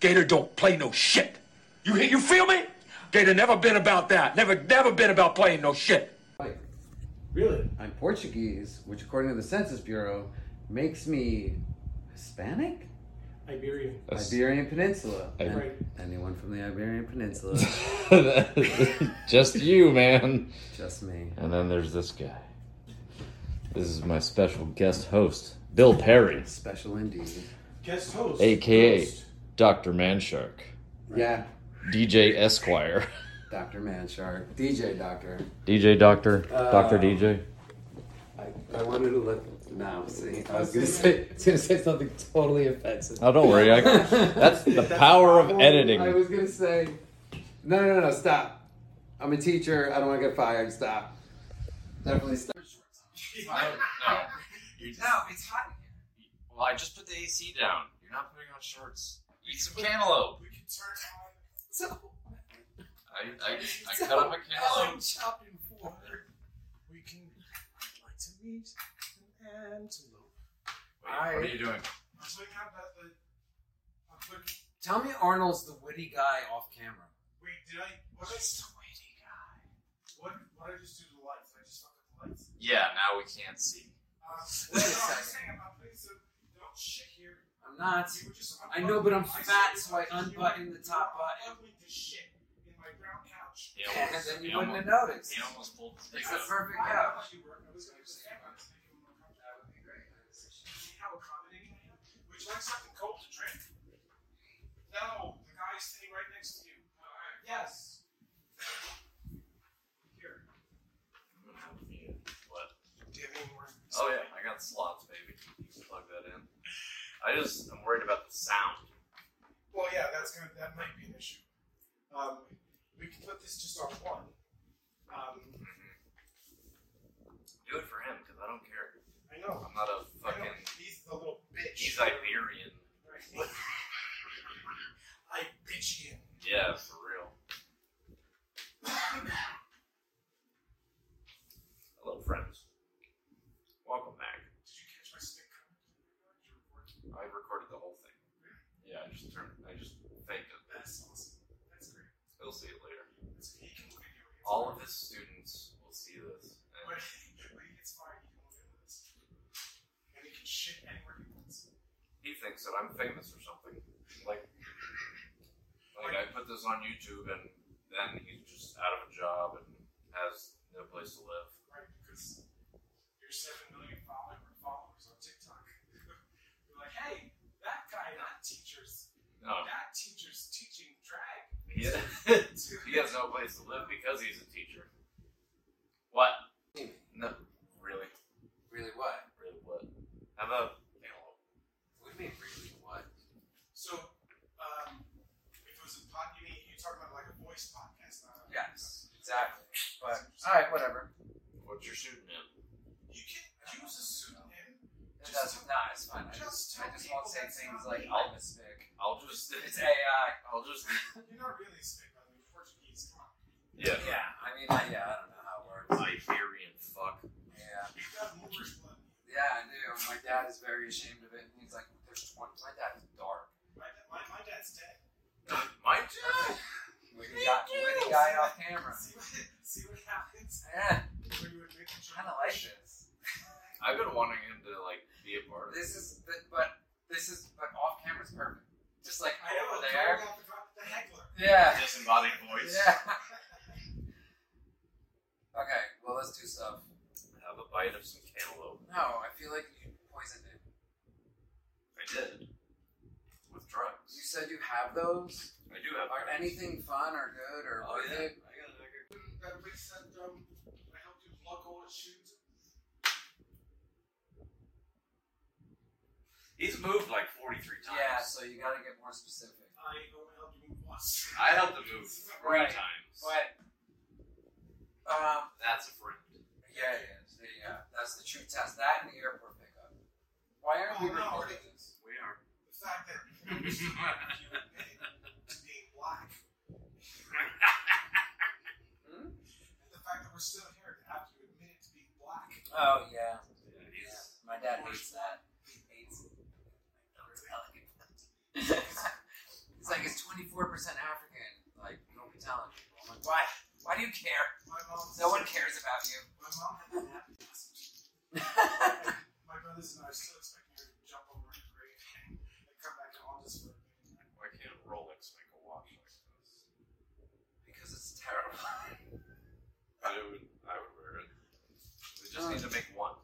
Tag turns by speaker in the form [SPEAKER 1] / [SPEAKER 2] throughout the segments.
[SPEAKER 1] Gator don't play no shit. You hear- you feel me? Gator never been about that. Never never been about playing no shit.
[SPEAKER 2] Like,
[SPEAKER 3] Really?
[SPEAKER 2] I'm Portuguese, which, according to the Census Bureau, makes me Hispanic?
[SPEAKER 3] Iberian.
[SPEAKER 4] That's-
[SPEAKER 2] Iberian Peninsula.
[SPEAKER 4] I-
[SPEAKER 2] And
[SPEAKER 3] Right.
[SPEAKER 2] Anyone from the Iberian Peninsula?
[SPEAKER 4] Just you, man.
[SPEAKER 2] Just me.
[SPEAKER 4] And then there's this guy. This is my special guest host, Bill Perry,
[SPEAKER 2] Special indeed.
[SPEAKER 3] Guest host.
[SPEAKER 4] aka
[SPEAKER 3] Host.
[SPEAKER 4] Dr. Manshark,
[SPEAKER 2] Yeah,
[SPEAKER 4] DJ Esquire,
[SPEAKER 2] Dr. Manshark. DJ Doctor.
[SPEAKER 4] DJ Doctor, Doctor DJ.
[SPEAKER 2] I, I wanted to let. No, see, I was gonna say, I was gonna say something totally offensive.
[SPEAKER 4] Oh, don't worry. I, that's the power of
[SPEAKER 2] I
[SPEAKER 4] editing.
[SPEAKER 2] was gonna say, no, no, no, no, stop. I'm a teacher. I don't want to get fired. Stop. Definitely stop.
[SPEAKER 5] No, it's hot in here. Well, I just put the AC down. You're not putting on shorts. Eat some cantaloupe. We can turn on. I, I, I cut up a cantaloupe.
[SPEAKER 3] chopped in four. We can like to meet an antelope.
[SPEAKER 5] Wait, what are you doing?
[SPEAKER 3] So we have that, that- a quick-
[SPEAKER 2] Tell me, Arnold's the witty guy off camera.
[SPEAKER 3] wait, did I? What did I just What? What did I just do to the lights? I just fucked up the lights.
[SPEAKER 5] Yeah, now we can't see.
[SPEAKER 3] Um,
[SPEAKER 2] Uh,
[SPEAKER 3] no, I'm
[SPEAKER 2] Wait a second.
[SPEAKER 3] just saying, I'm not putting some don't shit here.
[SPEAKER 2] I'm not.
[SPEAKER 3] We were just
[SPEAKER 2] I know, but I'm
[SPEAKER 3] unbuttoning-
[SPEAKER 2] fat,
[SPEAKER 3] said
[SPEAKER 2] so I
[SPEAKER 3] you were-
[SPEAKER 2] unbuttoned the top
[SPEAKER 3] you were
[SPEAKER 2] button.
[SPEAKER 3] unbuttoning the shit in my brown couch.
[SPEAKER 5] He
[SPEAKER 2] And
[SPEAKER 5] almost,
[SPEAKER 2] then
[SPEAKER 5] he
[SPEAKER 2] you wouldn't have
[SPEAKER 5] almost,
[SPEAKER 2] noticed.
[SPEAKER 5] he almost pulled the thing
[SPEAKER 2] It's the
[SPEAKER 5] out.
[SPEAKER 2] perfect
[SPEAKER 3] I
[SPEAKER 2] couch.
[SPEAKER 3] thought you were. I was gonna say, I was thinking more comfortable. See how accommodating I am? Would you like something cold to drink? No, the guy's sitting right next to you. Yes. Here.
[SPEAKER 5] What?
[SPEAKER 3] Do you have any more?
[SPEAKER 5] Oh yeah, I got slots, baby. You can plug that in. I just, I'm worried about the sound.
[SPEAKER 3] Well, yeah, that's gonna. That might be an issue. Um, we can put this just on one. Um,
[SPEAKER 5] Do it for him, because I don't care.
[SPEAKER 3] I know.
[SPEAKER 5] I'm not a
[SPEAKER 3] I know.
[SPEAKER 5] fucking,
[SPEAKER 3] He's the little bitch.
[SPEAKER 5] he's Iberian.
[SPEAKER 3] Right. Iberian.
[SPEAKER 5] Yeah, for real. Hello, friends. Welcome back.
[SPEAKER 3] Did you catch my stick?
[SPEAKER 5] I recorded the whole thing. Yeah, I just turned. I just faked it.
[SPEAKER 3] That's awesome. That's great.
[SPEAKER 5] He'll see it later.
[SPEAKER 3] That's, he can look at you. It's
[SPEAKER 5] All of
[SPEAKER 3] fine.
[SPEAKER 5] his students will see this.
[SPEAKER 3] But,
[SPEAKER 5] And
[SPEAKER 3] but it's fine. He can look at this. And he can shit anywhere he wants.
[SPEAKER 5] he thinks that I'm famous or something. Like, like I put this on YouTube, and then he's just out of a job and has no place to live.
[SPEAKER 3] Right? Because your 7 million follower, followers on TikTok. You're like, hey, that guy, that teacher's,
[SPEAKER 5] No,
[SPEAKER 3] that teacher's teaching drag.
[SPEAKER 5] he, he has no place to live because he's a teacher. What? No, really,
[SPEAKER 2] Really, what?
[SPEAKER 5] really, what? How about antelope?
[SPEAKER 2] What do you mean, really, what?
[SPEAKER 3] So, um, if it was a pod, you mean, you're talking about like a voice podcast, not a
[SPEAKER 2] Yes, exactly. But all right, whatever.
[SPEAKER 5] What's your pseudonym?
[SPEAKER 3] You can use a pseudonym.
[SPEAKER 2] It doesn't- nah, it's fine. I just, I just won't say things like I'm a spick.
[SPEAKER 5] I'll just.
[SPEAKER 2] It's AI.
[SPEAKER 5] I'll just.
[SPEAKER 3] You're not really Spain, by the way. Portuguese, come on.
[SPEAKER 5] Yeah.
[SPEAKER 2] Yeah, I mean, I, yeah, I don't know how it works.
[SPEAKER 5] Iberian fuck.
[SPEAKER 2] Yeah,
[SPEAKER 3] You've got Moorish blood. in you.
[SPEAKER 2] yeah, I do. My dad is very ashamed of it, and he's like, "There's 20." My dad is dark.
[SPEAKER 3] My, my, my dad's dead.
[SPEAKER 5] My dad.
[SPEAKER 2] With a guy, with a guy off camera.
[SPEAKER 3] See what, see what happens
[SPEAKER 2] Yeah,
[SPEAKER 3] when you admit that you're
[SPEAKER 2] kind of like this.
[SPEAKER 5] I've been wanting him to like be a part of
[SPEAKER 2] This is, the- but this is, but off camera's perfect. Just like
[SPEAKER 3] I know,
[SPEAKER 2] over
[SPEAKER 3] it's
[SPEAKER 2] there.
[SPEAKER 3] all about the, co- the heckler.
[SPEAKER 2] Yeah.
[SPEAKER 5] Disembodied voice.
[SPEAKER 2] Yeah. okay, well, let's do stuff.
[SPEAKER 5] Have a bite of some cantaloupe.
[SPEAKER 2] No, I feel like you poisoned it.
[SPEAKER 5] I did. With
[SPEAKER 2] You
[SPEAKER 5] drugs.
[SPEAKER 2] said you have those?
[SPEAKER 5] I do have.
[SPEAKER 2] Are
[SPEAKER 5] drugs.
[SPEAKER 2] anything fun or good or
[SPEAKER 5] Oh,
[SPEAKER 2] worth
[SPEAKER 5] yeah.
[SPEAKER 2] it?
[SPEAKER 5] I got it.
[SPEAKER 3] That we said, um, I helped you plug all his shoes.
[SPEAKER 5] He's moved like 43 times.
[SPEAKER 2] Yeah, so you gotta get more specific.
[SPEAKER 3] I only helped you move once.
[SPEAKER 5] I helped him move three
[SPEAKER 2] Right.
[SPEAKER 5] times.
[SPEAKER 2] But, um,
[SPEAKER 5] That's a friend.
[SPEAKER 2] yeah, yeah, yeah, yeah. That's the true test. That and the airport pickup. Why aren't we
[SPEAKER 3] Oh, no.
[SPEAKER 2] recording this?
[SPEAKER 5] We are.
[SPEAKER 3] The fact that you admitted to being black,
[SPEAKER 2] Hmm?
[SPEAKER 3] and the fact that we're still here after you admitted to being black.
[SPEAKER 2] Oh, yeah.
[SPEAKER 5] Yeah,
[SPEAKER 2] yeah.
[SPEAKER 5] he's-
[SPEAKER 2] My dad hates that. He hates it. Don't tell anyone. He's like, four percent African. Like, don't be telling people. I'm like, why? Why do you care?
[SPEAKER 3] My mom.
[SPEAKER 2] No one cares about you.
[SPEAKER 3] My mom had an app message. My brothers and I are still expecting her to jump over her grave and come back to haunt us for a bit.
[SPEAKER 6] Why can't Rolex make a watch like this?
[SPEAKER 2] because it's terrible.
[SPEAKER 6] I would, I would wear it. We just need to make one.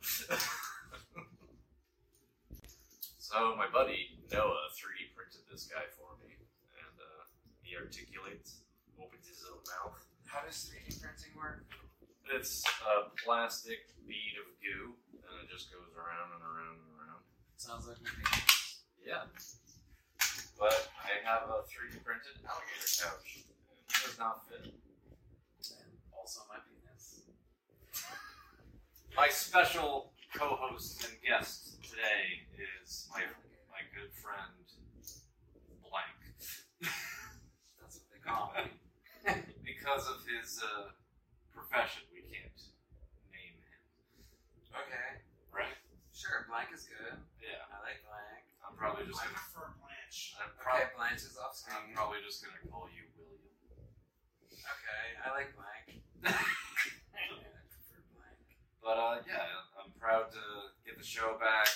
[SPEAKER 6] so my buddy Noah 3D printed this guy for me, and uh, he articulates, opens his own mouth.
[SPEAKER 2] How does 3D printing work?
[SPEAKER 6] It's a plastic bead of goo, and it just goes around and around and around.
[SPEAKER 2] Sounds like me.
[SPEAKER 6] Yeah. But I have a 3D printed alligator couch. and It does not fit.
[SPEAKER 2] Also, my penis.
[SPEAKER 6] My special co-host and guest today is my my good friend blank
[SPEAKER 2] That's what they call me.
[SPEAKER 6] because of his uh, profession we can't name him
[SPEAKER 2] Okay.
[SPEAKER 6] right
[SPEAKER 2] Sure, blank is good.
[SPEAKER 6] yeah
[SPEAKER 2] I like blank.
[SPEAKER 6] i'm probably just
[SPEAKER 3] I
[SPEAKER 6] gonna
[SPEAKER 3] prefer Blanche.
[SPEAKER 6] i'm, prob-
[SPEAKER 2] Okay, Blanche is off
[SPEAKER 6] I'm
[SPEAKER 2] screen.
[SPEAKER 6] probably just gonna call you william
[SPEAKER 2] Okay, I like blank. Yeah, I prefer blank.
[SPEAKER 6] but uh, yeah i'm proud to get the show back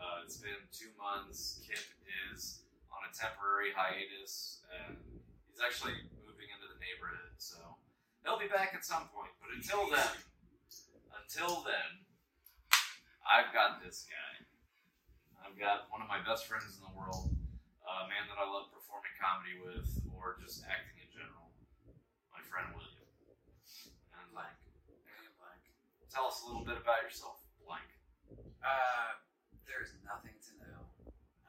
[SPEAKER 6] uh, it's been two months kip is on a temporary hiatus and he's actually moving into the neighborhood so he'll be back at some point but until then until then i've got this guy I've got one of my best friends in the world, a man that I love performing comedy with, or just acting in general. My friend William. And blank.
[SPEAKER 2] William Blank.
[SPEAKER 6] Tell us a little bit about yourself, blank.
[SPEAKER 2] Uh, there's nothing to know.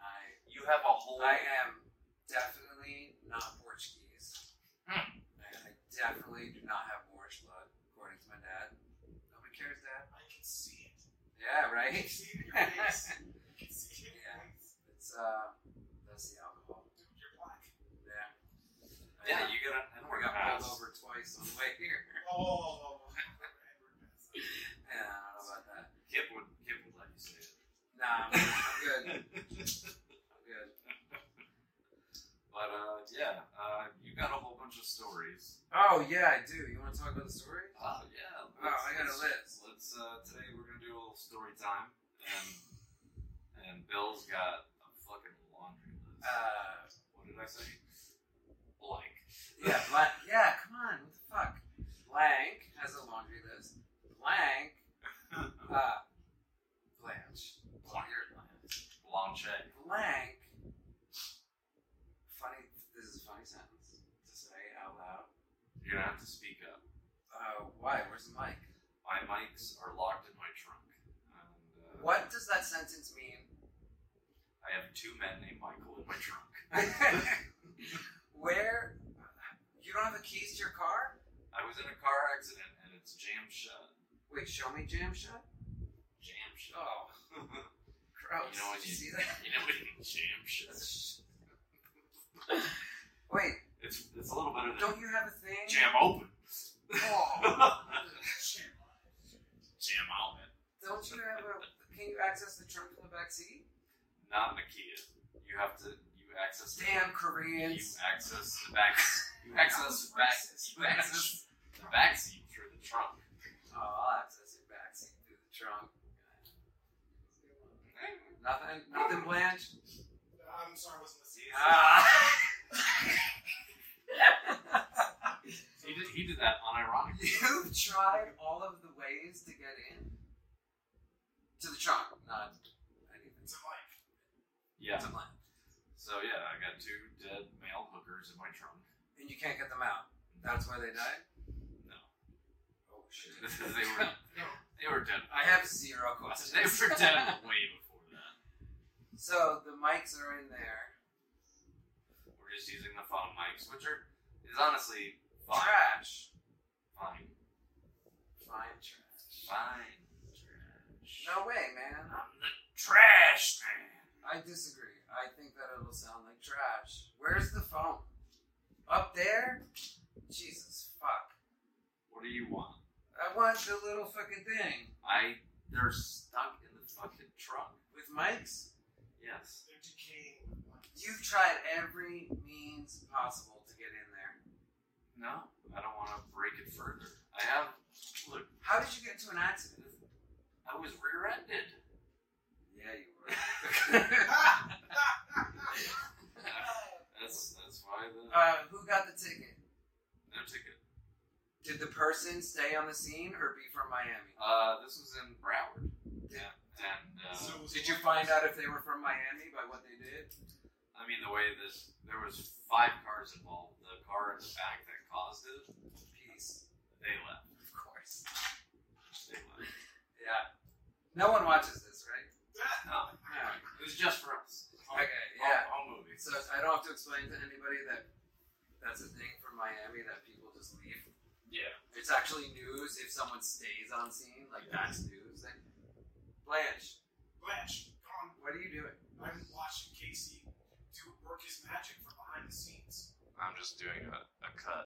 [SPEAKER 2] I
[SPEAKER 6] You have a whole.
[SPEAKER 2] I am definitely not Portuguese.
[SPEAKER 6] Hmm.
[SPEAKER 2] I- I definitely do not have Moorish blood, according to my dad. Nobody cares, Dad.
[SPEAKER 3] I can see it. I
[SPEAKER 2] Yeah,
[SPEAKER 3] can
[SPEAKER 2] right?
[SPEAKER 3] see it in your face. I can see it in your
[SPEAKER 2] Yeah.
[SPEAKER 3] face.
[SPEAKER 2] It's, uh, that's the alcohol.
[SPEAKER 3] You're black.
[SPEAKER 2] Yeah.
[SPEAKER 6] yeah, you got
[SPEAKER 2] I
[SPEAKER 6] an
[SPEAKER 2] never got pulled over twice on the way here.
[SPEAKER 3] Oh, oh, oh, oh, oh.
[SPEAKER 2] Yeah, I don't know about that.
[SPEAKER 6] Kip would, Kip would let you say it.
[SPEAKER 2] Nah, I'm, I'm good. I'm good.
[SPEAKER 6] But uh, yeah, uh, you got a whole bunch of stories.
[SPEAKER 2] Oh, yeah, I do. You want to talk about the story?
[SPEAKER 6] Oh yeah.
[SPEAKER 2] Oh, I got a
[SPEAKER 6] let's-
[SPEAKER 2] list.
[SPEAKER 6] Let's uh, today we're gonna do a little story time, and and Bill's got a fucking laundry list.
[SPEAKER 2] Uh,
[SPEAKER 6] what did I say? Blank.
[SPEAKER 2] yeah, blank. Yeah, come on. What the fuck? Blank has a laundry list. Blank. Uh, Blanche. Blanche.
[SPEAKER 6] Blanche.
[SPEAKER 2] Blank. Funny. This is a funny sentence to say out loud.
[SPEAKER 6] You're gonna have to speak up.
[SPEAKER 2] Uh, why? Where's the mic?
[SPEAKER 6] My mics are locked in my trunk. And, uh,
[SPEAKER 2] What does that sentence mean?
[SPEAKER 6] I have two men named Michael in my trunk.
[SPEAKER 2] Where? You don't have the keys to your car?
[SPEAKER 6] I was in a car accident and it's jammed shut.
[SPEAKER 2] Wait, show me jam shut?
[SPEAKER 6] Jammed shut.
[SPEAKER 2] Oh,
[SPEAKER 6] you
[SPEAKER 2] gross.
[SPEAKER 6] You know when
[SPEAKER 2] Did
[SPEAKER 6] you-
[SPEAKER 2] see that?
[SPEAKER 6] know what I mean? Jammed shut.
[SPEAKER 2] Wait,
[SPEAKER 6] It's it's a little better than
[SPEAKER 2] don't you have a thing?
[SPEAKER 6] jam open.
[SPEAKER 2] Oh.
[SPEAKER 3] Shit.
[SPEAKER 6] jam open.
[SPEAKER 2] Don't you have a? Can you access the trunk from the back seat?
[SPEAKER 6] Not in the Kia. You have to. You access. the-
[SPEAKER 2] Damn
[SPEAKER 6] You
[SPEAKER 2] Koreans!
[SPEAKER 6] access the back. You access the back. You access the back seat through the trunk.
[SPEAKER 2] Oh, I'll access your back seat through the trunk. Nothing. Nothing, Blanche.
[SPEAKER 3] I'm sorry, I wasn't listening.
[SPEAKER 2] Ah.
[SPEAKER 6] He did. He did that unironically.
[SPEAKER 2] You've tried all of the ways to get in to the trunk, not anything.
[SPEAKER 3] It's a mic.
[SPEAKER 6] Yeah.
[SPEAKER 2] To Blanche.
[SPEAKER 6] So yeah, I got two dead male hookers in my trunk.
[SPEAKER 2] and you can't get them out. That's why they died.
[SPEAKER 6] No.
[SPEAKER 2] Oh
[SPEAKER 6] they were. They were dead.
[SPEAKER 2] I have zero questions.
[SPEAKER 6] They were dead way before that.
[SPEAKER 2] So the mics are in there.
[SPEAKER 6] We're just using the phone mics, which are is honestly fine.
[SPEAKER 2] Trash.
[SPEAKER 6] Fine.
[SPEAKER 2] Fine trash.
[SPEAKER 6] Fine. Trash.
[SPEAKER 2] No way, man.
[SPEAKER 6] I'm the trash man.
[SPEAKER 2] I disagree. I think that it'll sound like trash. Where's the phone? Up there? Jesus fuck.
[SPEAKER 6] What do you want?
[SPEAKER 2] I want the little fucking thing
[SPEAKER 6] I they're stuck in the fucking truck.
[SPEAKER 2] with mics.
[SPEAKER 6] Yes.
[SPEAKER 3] They're decaying with mic.
[SPEAKER 2] You've tried every means possible to get in there.
[SPEAKER 6] No, I don't want to break it further. I have. Look,
[SPEAKER 2] How did you get to an accident?
[SPEAKER 6] I was rear-ended.
[SPEAKER 2] Yeah, you were.
[SPEAKER 6] That's that's why the
[SPEAKER 2] uh, who got the ticket?
[SPEAKER 6] no ticket.
[SPEAKER 2] Did the person stay on the scene or be from Miami?
[SPEAKER 6] Uh, this was in Broward. Yeah, and uh,
[SPEAKER 3] So it was
[SPEAKER 2] Did you find out if they were from Miami by what they did?
[SPEAKER 6] I mean the way this there was five cars involved. The car in the back that caused it,
[SPEAKER 2] Peace,
[SPEAKER 6] they left.
[SPEAKER 2] of course.
[SPEAKER 6] They left.
[SPEAKER 2] Yeah. No one watches this, right?
[SPEAKER 3] that?
[SPEAKER 6] No, it was just for us.
[SPEAKER 2] Okay,
[SPEAKER 6] All-
[SPEAKER 2] yeah.
[SPEAKER 6] all, movies.
[SPEAKER 2] So I don't have to explain to anybody that that's a thing from Miami that people just leave.
[SPEAKER 6] Yeah.
[SPEAKER 2] It's actually news if someone stays on scene. Like, that's news. Like, Blanche,
[SPEAKER 3] Blanche, gone.
[SPEAKER 2] what are you doing?
[SPEAKER 3] I've been watching Casey do work his magic from behind the scenes.
[SPEAKER 6] I'm just doing a, a cut.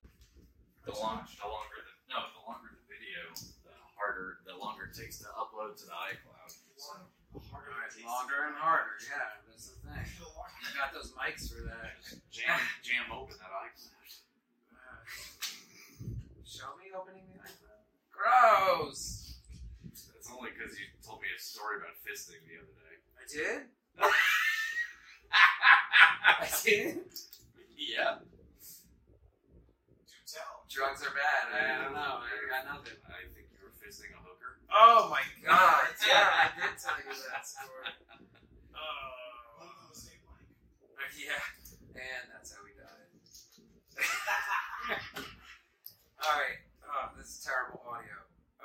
[SPEAKER 6] The
[SPEAKER 3] That's
[SPEAKER 6] long,
[SPEAKER 3] much.
[SPEAKER 6] the longer the no, the longer the video, the harder, the longer it takes to upload to the iCloud. So,
[SPEAKER 3] The harder it takes.
[SPEAKER 2] Longer and harder, yeah, that's the thing.
[SPEAKER 3] The longer-
[SPEAKER 2] You got those mics for that.
[SPEAKER 6] just jam, jam open that iCloud.
[SPEAKER 2] Show me opening the iPhone. Gross!
[SPEAKER 6] That's only because you told me a story about fisting the other day.
[SPEAKER 2] I did? I did?
[SPEAKER 6] yeah.
[SPEAKER 3] Do tell.
[SPEAKER 2] Drugs are bad. I don't know. I got nothing.
[SPEAKER 6] I think you were fisting a hooker.
[SPEAKER 3] Oh my
[SPEAKER 2] God, yeah, I did tell you that story.
[SPEAKER 3] Uh, One of those ain't like.
[SPEAKER 2] Yeah. And that's how we died. Alright. Oh, this is terrible audio.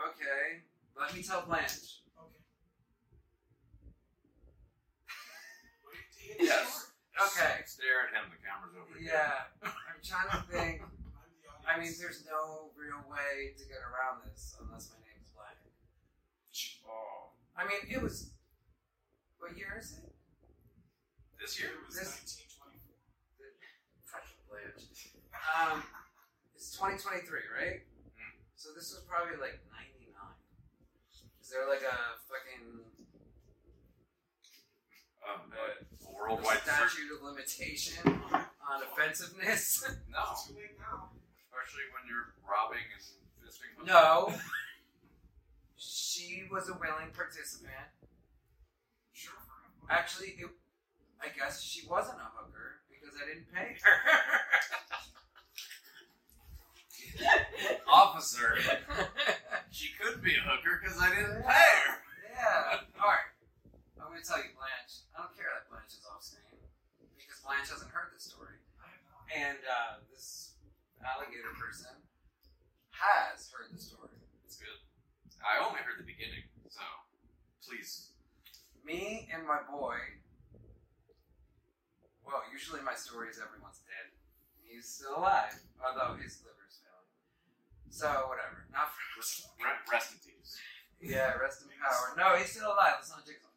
[SPEAKER 2] Okay. Let me tell Blanche.
[SPEAKER 3] Okay. Wait, do you get the
[SPEAKER 6] Yes.
[SPEAKER 3] story?
[SPEAKER 2] Okay.
[SPEAKER 6] Stare at him. The camera's over here.
[SPEAKER 2] Yeah. I'm trying to think.
[SPEAKER 3] I'm the audience.
[SPEAKER 2] I mean, there's no real way to get around this unless my name's Black.
[SPEAKER 6] Oh.
[SPEAKER 2] I mean, it was. What year is it?
[SPEAKER 6] This
[SPEAKER 3] Here
[SPEAKER 6] year
[SPEAKER 3] it was
[SPEAKER 2] This-
[SPEAKER 3] 1924.
[SPEAKER 2] Fucking Blanche. Um, it's 2023, right?
[SPEAKER 6] Mm.
[SPEAKER 2] So this was probably like 99. Is there like a fucking
[SPEAKER 6] um, uh, worldwide search.
[SPEAKER 2] statute of limitation on offensiveness?
[SPEAKER 6] No,
[SPEAKER 3] It's too late now.
[SPEAKER 6] especially when you're robbing and fisting. hookers.
[SPEAKER 2] no. She was a willing participant.
[SPEAKER 3] Sure. for a-
[SPEAKER 2] Actually, it, I guess she wasn't a hooker because I didn't pay her.
[SPEAKER 6] officer. She could be a hooker because I didn't pay her.
[SPEAKER 2] yeah. All right. I'm gonna tell you, Blanche. I don't care that Blanche is off screen because Blanche hasn't heard this story,
[SPEAKER 3] I have not.
[SPEAKER 2] and uh, this alligator person has heard the story.
[SPEAKER 6] It's good. I only heard the beginning, so please.
[SPEAKER 2] Me and my boy. Well, usually my story is everyone's dead. He's still alive, although his liver's failing. So whatever. Not for
[SPEAKER 6] Re- Rest in peace.
[SPEAKER 2] Yeah, rest in power. No, he's still alive. Let's not jinx him.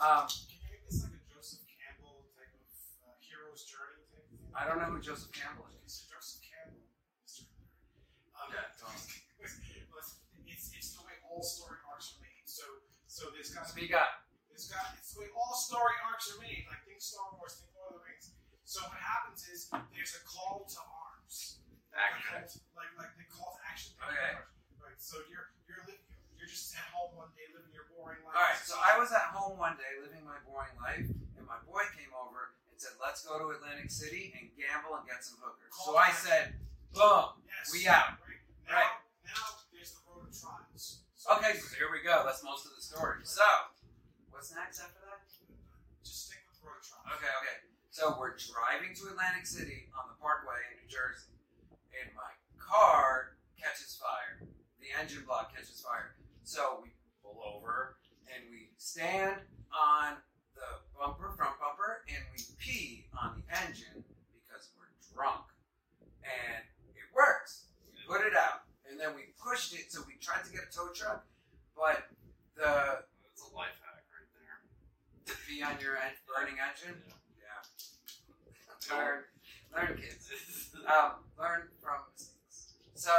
[SPEAKER 2] Um,
[SPEAKER 3] Can you make this like a Joseph Campbell type of uh, hero's journey type thing?
[SPEAKER 2] I don't know who Joseph Campbell is.
[SPEAKER 3] Okay, so Joseph Campbell, Mr. Um,
[SPEAKER 2] Yeah, don't.
[SPEAKER 3] it's, it's the way all story arcs are made. So so there's got to be
[SPEAKER 2] Speak up.
[SPEAKER 3] It's got it's the way all story arcs are made. Like think Star Wars, think Lord of the Rings. So what happens is there's a call to arms.
[SPEAKER 6] Action.
[SPEAKER 3] Like like the call to action.
[SPEAKER 2] Okay.
[SPEAKER 3] Right. So you're you're living you're just at home one day living your boring life.
[SPEAKER 2] All right, so I was at home one day living my boring life, and my boy came over and said, "Let's go to Atlantic City and gamble and get some hookers." So I said, "Boom."
[SPEAKER 3] Yes.
[SPEAKER 2] We out.
[SPEAKER 3] Right. Now,
[SPEAKER 2] Right.
[SPEAKER 3] now there's the road of trials. So
[SPEAKER 2] Okay, so here we go. That's most of the story. So, what's next after that?
[SPEAKER 3] Just stick with the road of trials.
[SPEAKER 2] Okay, okay. So we're driving to Atlantic City on the Parkway in New Jersey, and my car catches fire. The engine block catches fire. So we pull over and we stand on the bumper, front bumper, and we pee on the engine because we're drunk. And it works. We put it out, and then we pushed it. So we tried to get a tow truck, but the
[SPEAKER 6] That's a life hack right there.
[SPEAKER 2] the pee on your en- burning engine. Yeah. Learn, learn, kids. Um, learn from mistakes. So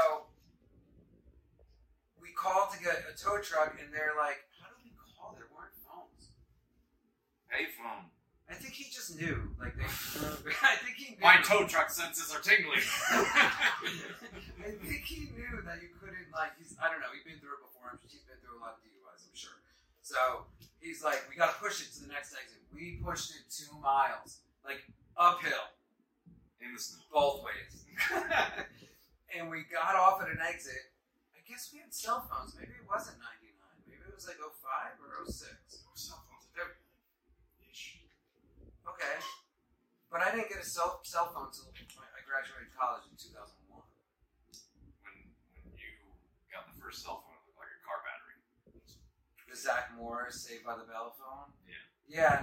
[SPEAKER 2] we called to get a tow truck, and they're like, "How do we call? There weren't phones."
[SPEAKER 6] Payphone.
[SPEAKER 2] I think he just knew. Like they, I think he knew.
[SPEAKER 6] My tow truck senses are tingling.
[SPEAKER 2] I think he knew that you couldn't like. He's, I don't know. He's been through it before. I'm, he's been through a lot of DUIs. I'm sure. So he's like, we gotta push it to the next exit. We pushed it two miles, like uphill
[SPEAKER 6] In the snow.
[SPEAKER 2] both ways, and we got off at an exit. I guess we had cell phones. Maybe it wasn't 99. Maybe it was like 05 or 06.
[SPEAKER 3] Cell phones
[SPEAKER 2] There-
[SPEAKER 3] ish.
[SPEAKER 2] Okay. But I didn't get a cell, cell phone until I graduated college in 2001.
[SPEAKER 6] When when you got the first cell phone, it looked like a car battery.
[SPEAKER 2] The Zach Morris Saved by the Bell phone?
[SPEAKER 6] Yeah.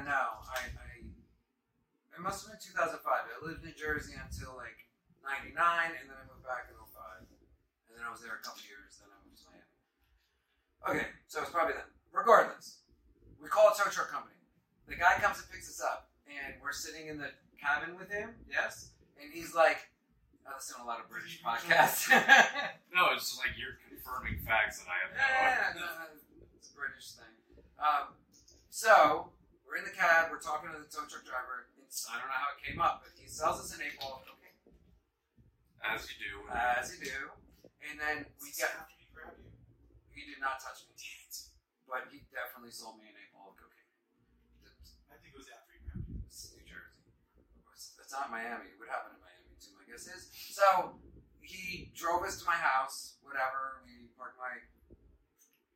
[SPEAKER 2] Yeah, no. I, I It must have been 2005. I lived in Jersey until like 99, and then I moved back in 05. And then I was there a couple years, then I moved to Miami. Okay, so it's probably then. Regardless, we call a tow truck company. The guy comes and picks us up, and we're sitting in the cabin with him, yes? And he's like, I listen to a lot of British podcasts.
[SPEAKER 6] No, it's just like you're confirming facts that I have no
[SPEAKER 2] Yeah,
[SPEAKER 6] idea.
[SPEAKER 2] no, it's a British thing. Um, so we're in the cab, we're talking to the tow truck driver. It's, I don't know how it came up, but he sells us an eight ball, okay,
[SPEAKER 6] As you do.
[SPEAKER 2] as you do. And then we get,
[SPEAKER 3] After he grabbed you.
[SPEAKER 2] he did not touch me, but he definitely sold me an eight ball of cocaine. It's-
[SPEAKER 3] I think it was after he grabbed you.
[SPEAKER 2] It's New Jersey. It's, it's not Miami. It would happen in Miami too. My guess is. So he drove us to my house. Whatever. We parked my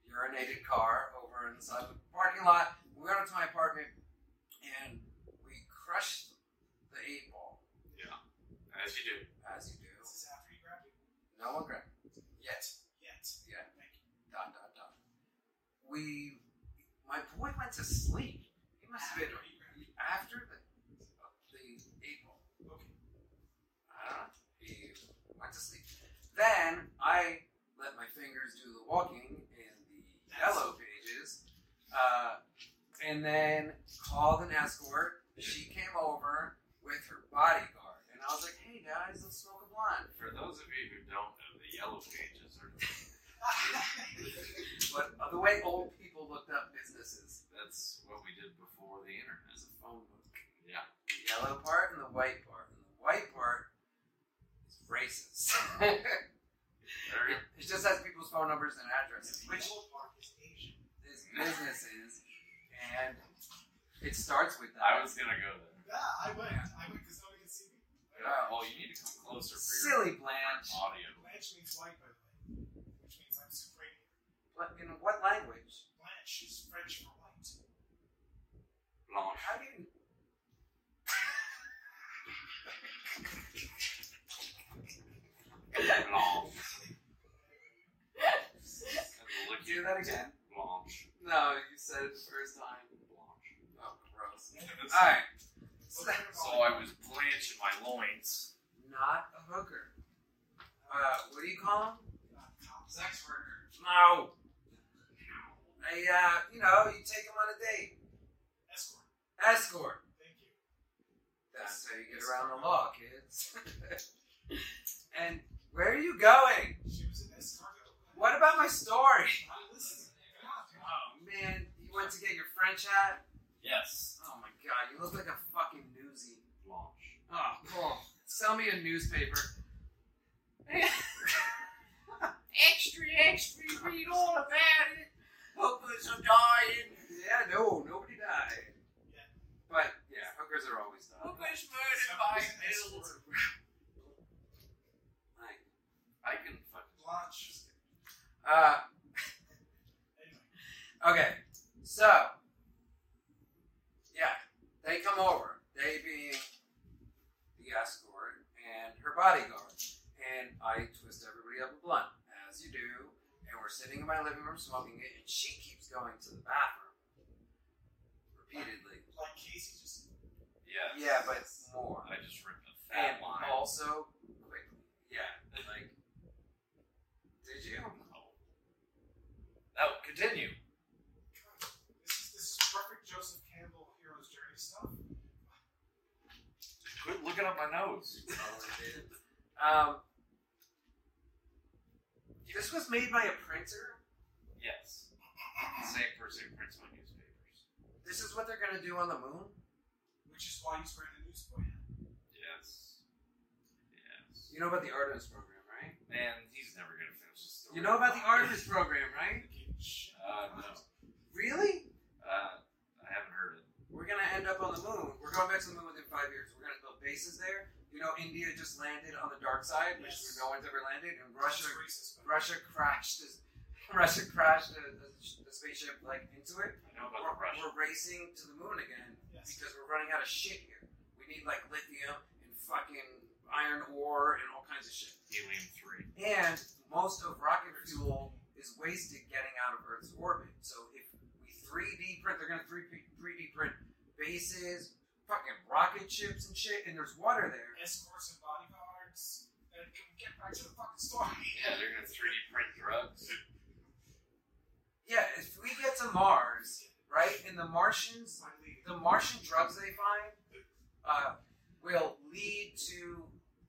[SPEAKER 2] urinated car over in the side of the parking lot. We went up to my apartment and we crushed the eight ball,
[SPEAKER 6] As you do.
[SPEAKER 2] as you do.
[SPEAKER 3] This is after he grabbed you?
[SPEAKER 2] No one grabbed it. Yet.
[SPEAKER 3] Yet.
[SPEAKER 2] Yeah.
[SPEAKER 3] Thank you.
[SPEAKER 2] Dot dot dot. We. My boy went to sleep. He must have been
[SPEAKER 3] After he grabbed you.
[SPEAKER 2] after the the eight ball.
[SPEAKER 3] Okay.
[SPEAKER 2] Ah, he went to sleep. Then I let my fingers do the walking in the yellow pages, uh, and then called an escort. She came over with her bodyguard, and I was like, "Hey guys, let's smoke a blunt."
[SPEAKER 6] For those of you who don't know, the yellow pages are
[SPEAKER 2] But uh, the way old people looked up businesses,
[SPEAKER 6] that's what we did before the internet.
[SPEAKER 2] there's a phone book,
[SPEAKER 6] Yeah.
[SPEAKER 2] the yellow part and the white part, and the white part is racist.
[SPEAKER 6] Very
[SPEAKER 2] it just has people's phone numbers and addresses,
[SPEAKER 3] The
[SPEAKER 2] which
[SPEAKER 3] yellow part is Asian.
[SPEAKER 2] is businesses, and it starts with that.
[SPEAKER 6] I was gonna go there.
[SPEAKER 3] Yeah, I went. I went because nobody could see me.
[SPEAKER 2] Yeah.
[SPEAKER 6] Oh, you need to come closer for your
[SPEAKER 2] silly Blanche.
[SPEAKER 6] audio.
[SPEAKER 3] Blanche means white, by the way, which means I'm Supreme.
[SPEAKER 2] But in what language?
[SPEAKER 3] Blanche is French for white.
[SPEAKER 6] Blanche.
[SPEAKER 2] How do you?
[SPEAKER 6] Blanche. Look
[SPEAKER 2] Do that again?
[SPEAKER 6] Blanche.
[SPEAKER 2] No, you said it the first time.
[SPEAKER 6] Blanche.
[SPEAKER 2] Oh, gross. All
[SPEAKER 6] so
[SPEAKER 2] right. So that-
[SPEAKER 6] I was blanching my loins.
[SPEAKER 2] not a hooker. Uh, what do you call him?
[SPEAKER 3] Uh, cops.
[SPEAKER 2] Sex worker. No. A uh, you know, you take him on a date.
[SPEAKER 3] Escort.
[SPEAKER 2] Escort.
[SPEAKER 3] Thank you.
[SPEAKER 2] That's how you get around the law, kids. and where are you going?
[SPEAKER 3] She was an escort.
[SPEAKER 2] What about my story?
[SPEAKER 3] I'm listening. God, God.
[SPEAKER 2] Oh man, you went to get your French hat?
[SPEAKER 6] Yes.
[SPEAKER 2] Oh my god, you look like a fucking newsie.
[SPEAKER 6] Blanche.
[SPEAKER 2] Oh, cool. Sell me a newspaper.
[SPEAKER 7] extra, extra, read all about it. Hookers are dying.
[SPEAKER 2] Yeah, no, nobody died.
[SPEAKER 3] Yeah.
[SPEAKER 2] But yeah, hookers are always dying.
[SPEAKER 7] Hookers murdered by bills.
[SPEAKER 2] Like,
[SPEAKER 6] I can fucking.
[SPEAKER 3] Blanche.
[SPEAKER 2] Uh,
[SPEAKER 3] Anyway.
[SPEAKER 2] okay, so yeah, they come over. They being the escort and her bodyguard, and I twist everybody up a blunt as you do. And we're sitting in my living room smoking it, and she keeps going to the bathroom repeatedly.
[SPEAKER 3] Like Casey just.
[SPEAKER 6] Yes.
[SPEAKER 2] Yeah, but more
[SPEAKER 6] I just ripped a
[SPEAKER 2] and oh.
[SPEAKER 6] fat line.
[SPEAKER 2] also quickly. Yeah, like did you?
[SPEAKER 6] No, Oh. continue.
[SPEAKER 3] This is this is perfect Joseph Campbell hero's journey stuff.
[SPEAKER 6] Quit looking up my nose.
[SPEAKER 2] Probably did. Um, this was made by a printer.
[SPEAKER 6] Yes. Same person who prints my newspapers.
[SPEAKER 2] This is what they're gonna do on the moon.
[SPEAKER 3] which is why he's wearing the newsboy hat.
[SPEAKER 6] Yes. Yes.
[SPEAKER 2] You know about the Artemis program, right?
[SPEAKER 6] Man, he's never gonna finish the story.
[SPEAKER 2] You know about the Artemis program, right?
[SPEAKER 6] Uh, no.
[SPEAKER 2] Really?
[SPEAKER 6] Uh, I haven't heard it.
[SPEAKER 2] We're gonna end up on the moon. We're going back to the moon within five years. We're gonna build bases there. You know, India just landed on the dark side, which
[SPEAKER 3] Yes.
[SPEAKER 2] no one's ever landed, and Russia,
[SPEAKER 3] That's racist, but-
[SPEAKER 2] Russia crashed. This, Russia crashed the, the, the spaceship like into it.
[SPEAKER 6] I know about
[SPEAKER 2] We're,
[SPEAKER 6] the Russian.
[SPEAKER 2] we're racing to the moon again
[SPEAKER 3] Yes.
[SPEAKER 2] because we're running out of shit here. We need like lithium and fucking iron ore and all kinds of shit.
[SPEAKER 6] Helium three.
[SPEAKER 2] And most of rocket fuel is wasted getting out of Earth's orbit. So if we 3D print, they're going to 3D, 3D print bases, fucking rocket ships and shit, and there's water there.
[SPEAKER 3] escorts and bodyguards. And can we get back to the fucking story?
[SPEAKER 6] Yeah, they're gonna 3D print drugs.
[SPEAKER 2] Yeah, if we get to Mars, right, and the Martians, the Martian drugs they find uh, will lead to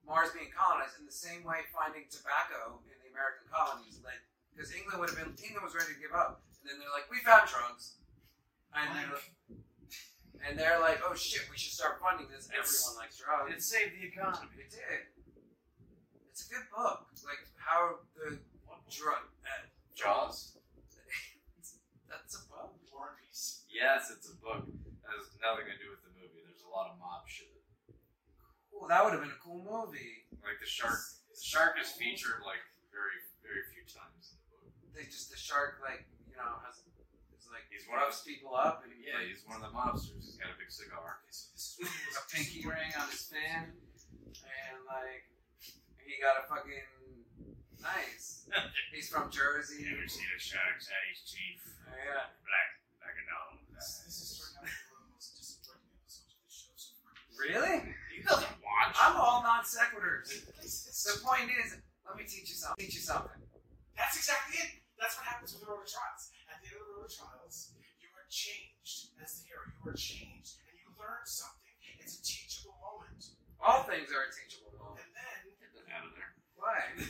[SPEAKER 2] Mars being colonized in the same way finding tobacco in the American colonies led. Because England would have been, England was ready to give up. And then they're like, we found drugs. And they're, and they're like, oh shit, we should start funding this. Everyone likes drugs.
[SPEAKER 6] It saved the economy.
[SPEAKER 2] It did. It's a good book. Like, how the drug. Uh,
[SPEAKER 6] Jaws.
[SPEAKER 2] that's a book.
[SPEAKER 3] War and peace.
[SPEAKER 6] Yes, it's a book. That has nothing to do with the movie. There's a lot of mob shit.
[SPEAKER 2] Cool, that would have been a cool movie.
[SPEAKER 6] Like the shark. The shark is featured like very, very few times in the book.
[SPEAKER 2] They just the shark, like you know, has is like
[SPEAKER 6] He's one of-
[SPEAKER 2] rubs people up and
[SPEAKER 6] Yeah,
[SPEAKER 2] like,
[SPEAKER 6] he's one of the mobsters. He's got a big cigar.
[SPEAKER 2] a pinky ring on his fan, and like he got a fucking nice. He's from Jersey. Yeah,
[SPEAKER 6] seen a shark's eyes, chief?
[SPEAKER 2] yeah.
[SPEAKER 6] Black, like a dog.
[SPEAKER 3] This, this is right now one of the most disappointing episodes of this show so far.
[SPEAKER 2] really?
[SPEAKER 6] He doesn't watch.
[SPEAKER 2] I'm all non sequiturs.
[SPEAKER 3] It's- it's-
[SPEAKER 2] The point is, let me teach you something. Teach you something.
[SPEAKER 3] That's exactly it. That's what happens with the Road of Trials. At the end of the Road of Trials, you are changed as the hero. You are changed, and you learn something. It's a teachable moment.
[SPEAKER 2] All things are a teachable moment.
[SPEAKER 3] And then,
[SPEAKER 6] Get that out of there.
[SPEAKER 2] Why?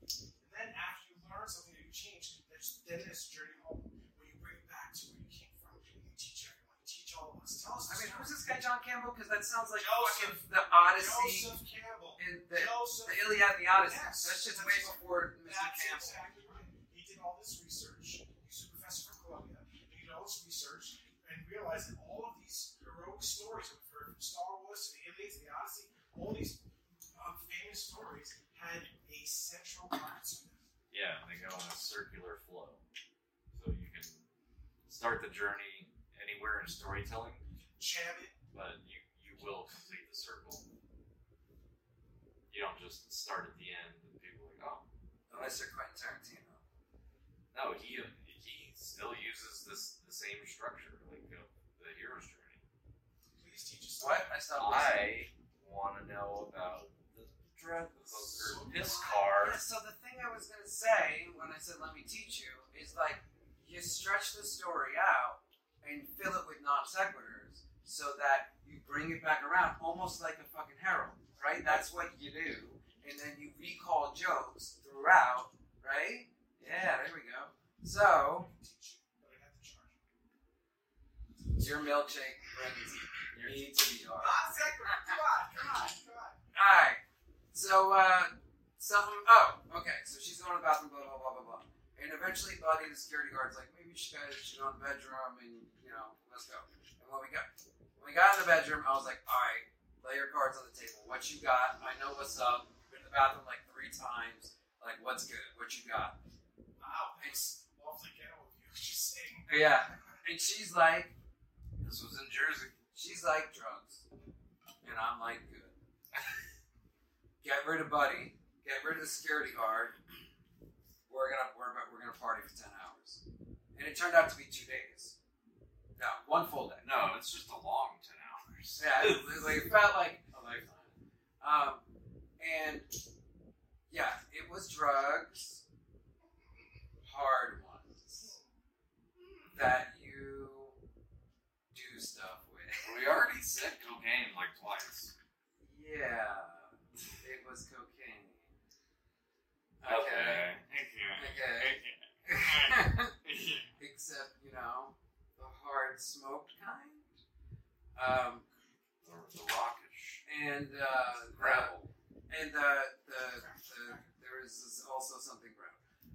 [SPEAKER 3] and then after you learn something that you change, there's then there's a journey home where you bring it back to where you came from. You teach everyone. Teach all of us. Tell us. the
[SPEAKER 2] I mean,
[SPEAKER 3] story.
[SPEAKER 2] who's this guy, John Campbell? Because that sounds like fucking
[SPEAKER 3] Joseph.
[SPEAKER 2] the Odyssey
[SPEAKER 3] Joseph Campbell.
[SPEAKER 2] and the
[SPEAKER 3] Joseph.
[SPEAKER 2] The Iliad and the Odyssey.
[SPEAKER 3] Yes.
[SPEAKER 2] That shit's way before Mr.
[SPEAKER 3] That's
[SPEAKER 2] Campbell.
[SPEAKER 3] exactly right. He did all this research. He's a professor from Columbia. and He did all this research and realized that all of these heroic stories that we've heard from Star Wars to the Iliad to the Odyssey, all these uh, famous stories had a central plot to them.
[SPEAKER 6] Yeah, they go in a circular flow. So you can start the journey anywhere in storytelling,
[SPEAKER 3] Jam it.
[SPEAKER 6] but you, you will complete the circle. You don't just start at the end and people are like, oh,
[SPEAKER 2] Unless you're Quentin Tarantino.
[SPEAKER 6] no, he he still uses this the same structure, like uh, the hero's journey.
[SPEAKER 3] Please teach us.
[SPEAKER 2] What? I stopped listening.
[SPEAKER 6] I want to know about the drug
[SPEAKER 3] So
[SPEAKER 6] or this
[SPEAKER 2] Yeah,
[SPEAKER 6] car.
[SPEAKER 2] so the thing I was going to say when I said let me teach you is like you stretch the story out and fill it with non sequiturs so that you bring it back around almost like a fucking herald, right? That's what you do. And then you recall jokes throughout, right? Yeah, there we go. So,
[SPEAKER 3] Teach you, but I have to charge you.
[SPEAKER 2] your milkshake brings me to the yard.
[SPEAKER 3] Come on, come on, come on.
[SPEAKER 2] Alright. So, uh, something. Oh, okay. So she's going to the bathroom, blah, blah, blah, blah, blah. And eventually, Buddy, the security guard's like, maybe you guys should go in the bedroom and, you know, let's go. And when we got, when we got in the bedroom, I was like, alright, lay your cards on the table. What you got? I know what's up. Been to the bathroom like three times. Like, what's good? What you got?
[SPEAKER 3] Wow, thanks. Lovely ghetto of you. Just saying.
[SPEAKER 2] Yeah. And she's like,
[SPEAKER 6] This was in Jersey.
[SPEAKER 2] She's like drugs. And I'm like, good. get rid of Buddy. Get rid of the security guard. We're gonna we're, about, we're gonna party for ten hours. And it turned out to be two days. No, one full day.
[SPEAKER 6] No, it's just a long ten hours.
[SPEAKER 2] Yeah, it, was- like, it felt like a lifetime. Um, and yeah, it was drugs, hard ones that you do stuff with.
[SPEAKER 6] We already said cocaine like twice.
[SPEAKER 2] Yeah, it was cocaine.
[SPEAKER 6] Okay.
[SPEAKER 2] Okay. Except, you know, the hard smoked kind. Um, uh,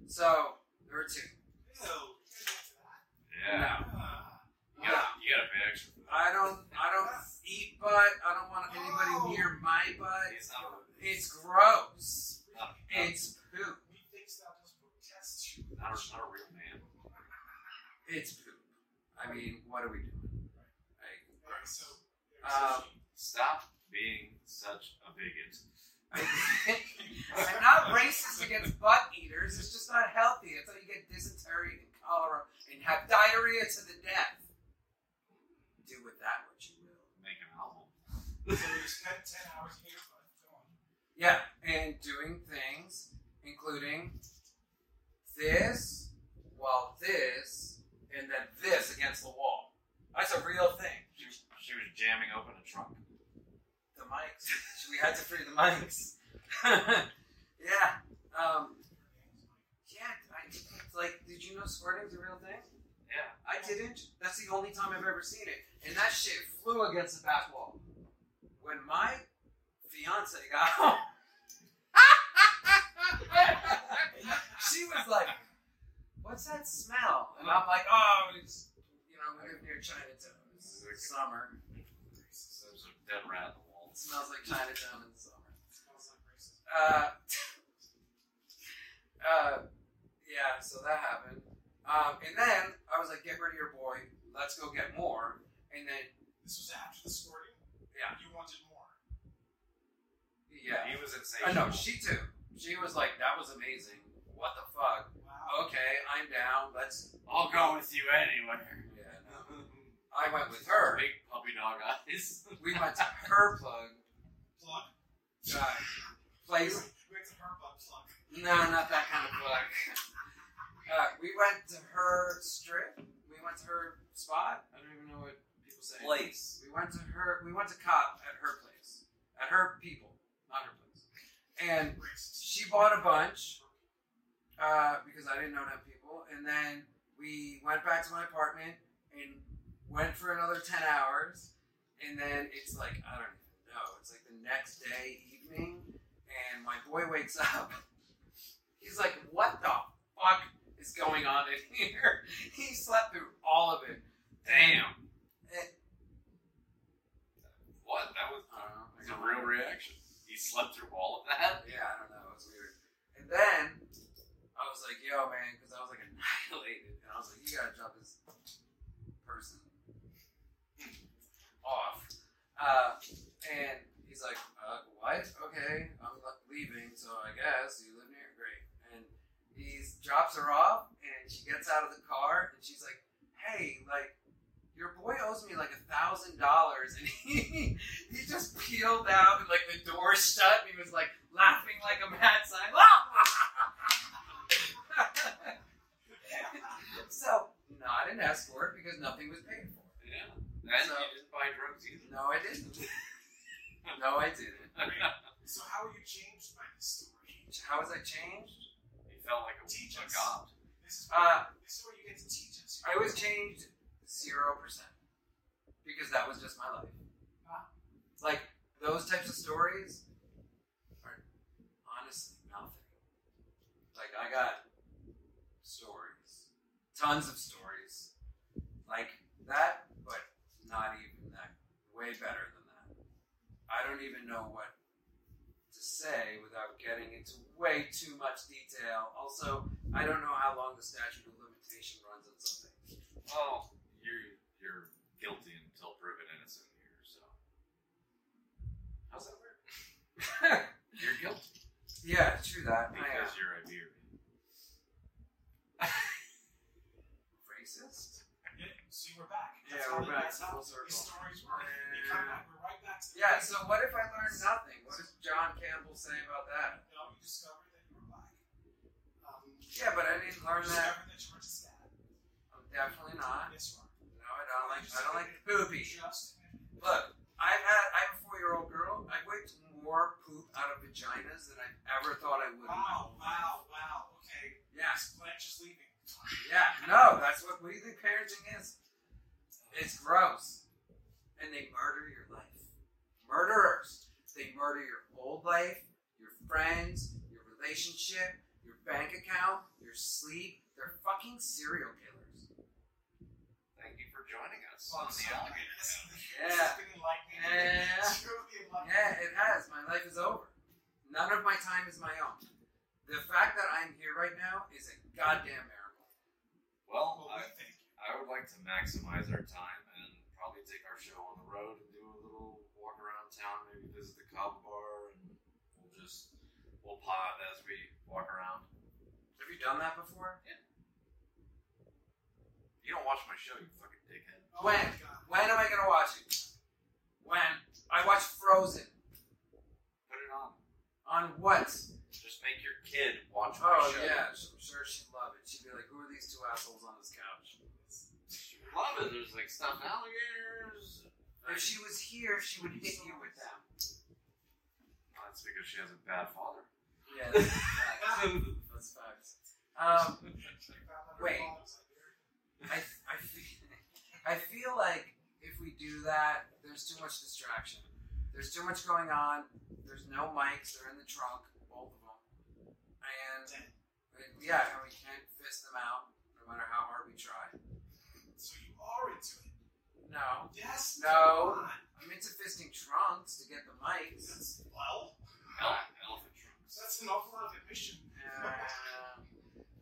[SPEAKER 2] So there were two.
[SPEAKER 3] Ew, you can't answer that.
[SPEAKER 6] Yeah.
[SPEAKER 2] No,
[SPEAKER 3] Ah,
[SPEAKER 6] You gotta, you gotta pay extra for that.
[SPEAKER 2] I don't. I don't eat butt. I don't want
[SPEAKER 3] Oh.
[SPEAKER 2] anybody near my butt.
[SPEAKER 6] He's not a-
[SPEAKER 2] It's gross.
[SPEAKER 6] not, a-
[SPEAKER 2] It's poop.
[SPEAKER 3] he thinks that was protest. you.
[SPEAKER 6] not, a, not a real man.
[SPEAKER 2] It's poop. I mean, what are we doing? Like,
[SPEAKER 3] Alright, so,
[SPEAKER 2] Um,
[SPEAKER 6] Stop being such a bigot.
[SPEAKER 2] I'm not racist against butt eaters. It's just not healthy. That's how you get dysentery and cholera and have diarrhea to the death. Do with that what you will.
[SPEAKER 6] Make an album.
[SPEAKER 3] so you spent 10 hours in your butt. Go on.
[SPEAKER 2] Yeah, and doing things, including this, while this, and then this against the wall. That's a real thing.
[SPEAKER 6] She was, she was jamming open a trunk.
[SPEAKER 2] The mics. we had to free the mics. yeah. Um, yeah, I, like, did you know squirting's a real thing?
[SPEAKER 6] Yeah.
[SPEAKER 2] I didn't. That's the only time I've ever seen it. And that shit flew against the back wall. When my fiance got home, she was like, What's that smell? And I'm like, Oh, it's, you know, we live near Chinatown. It's summer.
[SPEAKER 6] There's a dead rat in the wall.
[SPEAKER 2] It smells like Chinatown in the summer.
[SPEAKER 3] It smells like racism.
[SPEAKER 2] uh, uh, yeah, so that happened. Um, and then I was like, get rid of your boy. Let's go get more. And then,
[SPEAKER 3] This was after the squirting?
[SPEAKER 2] Yeah.
[SPEAKER 3] You wanted more.
[SPEAKER 2] yeah.
[SPEAKER 6] He was insane.
[SPEAKER 2] I know, she too. She was like, that was amazing. What the fuck?
[SPEAKER 3] Wow.
[SPEAKER 2] Okay, I'm down. Let's.
[SPEAKER 6] I'll go with you anywhere.
[SPEAKER 2] Yeah, no. I went with her.
[SPEAKER 6] Big puppy dog eyes.
[SPEAKER 2] We went to her plug.
[SPEAKER 3] Plug.
[SPEAKER 2] Uh, place
[SPEAKER 3] We went to her butt plug.
[SPEAKER 2] No, not that kind of plug. Uh, we went to her strip. We went to her spot. I don't even know what people say.
[SPEAKER 6] Place.
[SPEAKER 2] We went to her. We went to cop at her place. At her people, not her place. And
[SPEAKER 3] Racist.
[SPEAKER 2] she bought a bunch uh, because I didn't know enough people. And then we went back to my apartment and went for another ten hours. And then it's like I don't even know. It's like the next day evening, and my boy wakes up. He's like, "What the fuck is going on in here?" He slept through all of it.
[SPEAKER 6] Damn.
[SPEAKER 2] Eh.
[SPEAKER 6] What? That was
[SPEAKER 2] I don't know.
[SPEAKER 6] that's a real reaction. He slept through all of that?
[SPEAKER 2] Yeah, I don't know. It was weird. And then I was like, yo, man, because I was like annihilated. And I was like, you gotta drop this person off. Uh, and he's like, uh, what? Okay, I'm le- leaving, so I guess you live near? Great. And he drops her off, and she gets out of the car, and she's like, hey, like, your boy owes me like a thousand dollars, and he he just peeled out, and like the door shut, and he was like laughing like a mad scientist. so not an escort because nothing was paid for.
[SPEAKER 6] Yeah. And
[SPEAKER 2] So-
[SPEAKER 6] you didn't buy drugs either.
[SPEAKER 2] No, I didn't. No, I didn't.
[SPEAKER 3] So how were you changed by this story?
[SPEAKER 2] How was I changed?
[SPEAKER 6] he felt like a,
[SPEAKER 3] Teach
[SPEAKER 6] a
[SPEAKER 3] us.
[SPEAKER 6] god.
[SPEAKER 3] This is,
[SPEAKER 2] Uh,
[SPEAKER 3] this is where you get to teach us.
[SPEAKER 2] I was changed zero percent because that was just my life. Like those types of stories are honestly nothing. Like I got stories, tons of stories like that, but not even that. Way better than that. I don't even know what to say without getting into way too much detail. Also, I don't know how long the statute of limitation runs on something.
[SPEAKER 6] Well, you're you're guilty until proven innocent here, so how's that work? You're guilty
[SPEAKER 2] yeah, true that. I uh, am
[SPEAKER 6] because you're Iberian.
[SPEAKER 2] racist.
[SPEAKER 3] Yeah, so you were back.
[SPEAKER 2] Yeah,
[SPEAKER 3] That's how
[SPEAKER 2] we're
[SPEAKER 3] the-
[SPEAKER 2] back.
[SPEAKER 3] That's how
[SPEAKER 2] Full
[SPEAKER 3] these
[SPEAKER 2] circle.
[SPEAKER 3] stories work. You come back. We're right back to the
[SPEAKER 2] Yeah, so what if I learned nothing? What does John Campbell say about that?
[SPEAKER 3] And all you discovered that you were black. Um, you
[SPEAKER 2] Yeah, but I didn't learn that.
[SPEAKER 3] discovered that you were just that.
[SPEAKER 2] I'm definitely not.
[SPEAKER 3] Yes, you are.
[SPEAKER 2] No, I don't like. I don't like poopy.
[SPEAKER 3] Just admit it.
[SPEAKER 2] Look, I've had. I have a four-year-old girl. I've wiped more poop out of vaginas than I've ever thought I would. in my
[SPEAKER 3] Wow,
[SPEAKER 2] whole life.
[SPEAKER 3] wow, wow. Okay.
[SPEAKER 2] Yeah,
[SPEAKER 3] Blanche is leaving.
[SPEAKER 2] yeah. No, that's what. What do you think parenting is? It's gross, and they murder your life. Murderers. They murder your old life, your friends, your relationship, your bank account, your sleep. They're fucking serial killers.
[SPEAKER 6] Thank you for joining us
[SPEAKER 3] Well,
[SPEAKER 6] on the
[SPEAKER 3] so-
[SPEAKER 6] Alligator Couch.
[SPEAKER 3] This
[SPEAKER 2] Yeah.
[SPEAKER 3] has been enlightening.
[SPEAKER 2] Yeah.
[SPEAKER 3] It's really enlightening.
[SPEAKER 2] Yeah, it has. My life is over. None of my time is my own. The fact that I'm here right now is a goddamn miracle.
[SPEAKER 6] Well,
[SPEAKER 3] Well,
[SPEAKER 6] I,
[SPEAKER 3] we thank you.
[SPEAKER 6] I would like to maximize our time and probably take our show on the road and do a little walk around town, maybe visit the Cobb Bar, and we'll just we'll pod as we walk around.
[SPEAKER 2] Have you done that before?
[SPEAKER 6] You don't watch my show, you fucking dickhead.
[SPEAKER 3] Oh
[SPEAKER 2] When?
[SPEAKER 3] my God.
[SPEAKER 2] When am I gonna watch it? When? I watched Frozen.
[SPEAKER 6] Put it on.
[SPEAKER 2] On what?
[SPEAKER 6] Just make your kid watch my
[SPEAKER 2] Oh
[SPEAKER 6] show.
[SPEAKER 2] yeah, I'm sure she'd love it. She'd be like, "Who are these two assholes on this couch?"
[SPEAKER 6] She would love it. There's like stuffed alligators.
[SPEAKER 2] If she was here, she would hit you with them.
[SPEAKER 6] Well, that's because she has a bad father.
[SPEAKER 2] Yeah, that's facts. That's facts. Um, Wait. I, I, feel, I feel like if we do that, there's too much distraction. There's too much going on. There's no mics. They're in the trunk, both of them. And and yeah, and we can't fist them out, no matter how hard we try.
[SPEAKER 3] So you are into it.
[SPEAKER 2] No,
[SPEAKER 3] Yes.
[SPEAKER 2] No.
[SPEAKER 3] come on.
[SPEAKER 2] I'm into fisting trunks to get the mics.
[SPEAKER 3] That's, well,
[SPEAKER 6] Ele- Ah, elephant trunks.
[SPEAKER 3] that's an awful lot of admission.
[SPEAKER 2] Uh,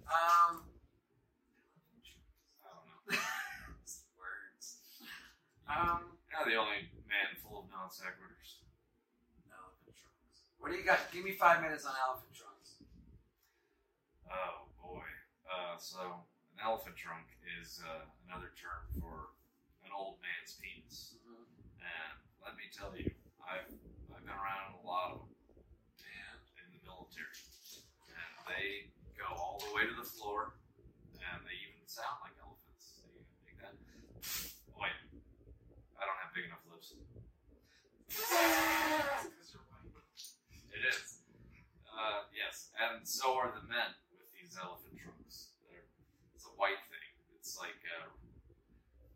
[SPEAKER 2] um,
[SPEAKER 6] I don't know.
[SPEAKER 2] words. Um.
[SPEAKER 6] You're not the only man full of non sequiturs.
[SPEAKER 2] Elephant trunks. What do you got? Give me five minutes on elephant trunks.
[SPEAKER 6] Oh boy. Uh, so an elephant trunk is uh, another term for an old man's penis. And let me tell you, I've I've been around a lot of them, and in the military, and they go all the way to the floor, and they even sound like elephants. They make that. Wait, I don't have big enough lips.
[SPEAKER 3] Because you're white.
[SPEAKER 6] It is. Uh, yes, and so are the men with these elephant trunks. They're, it's a white thing. It's like uh,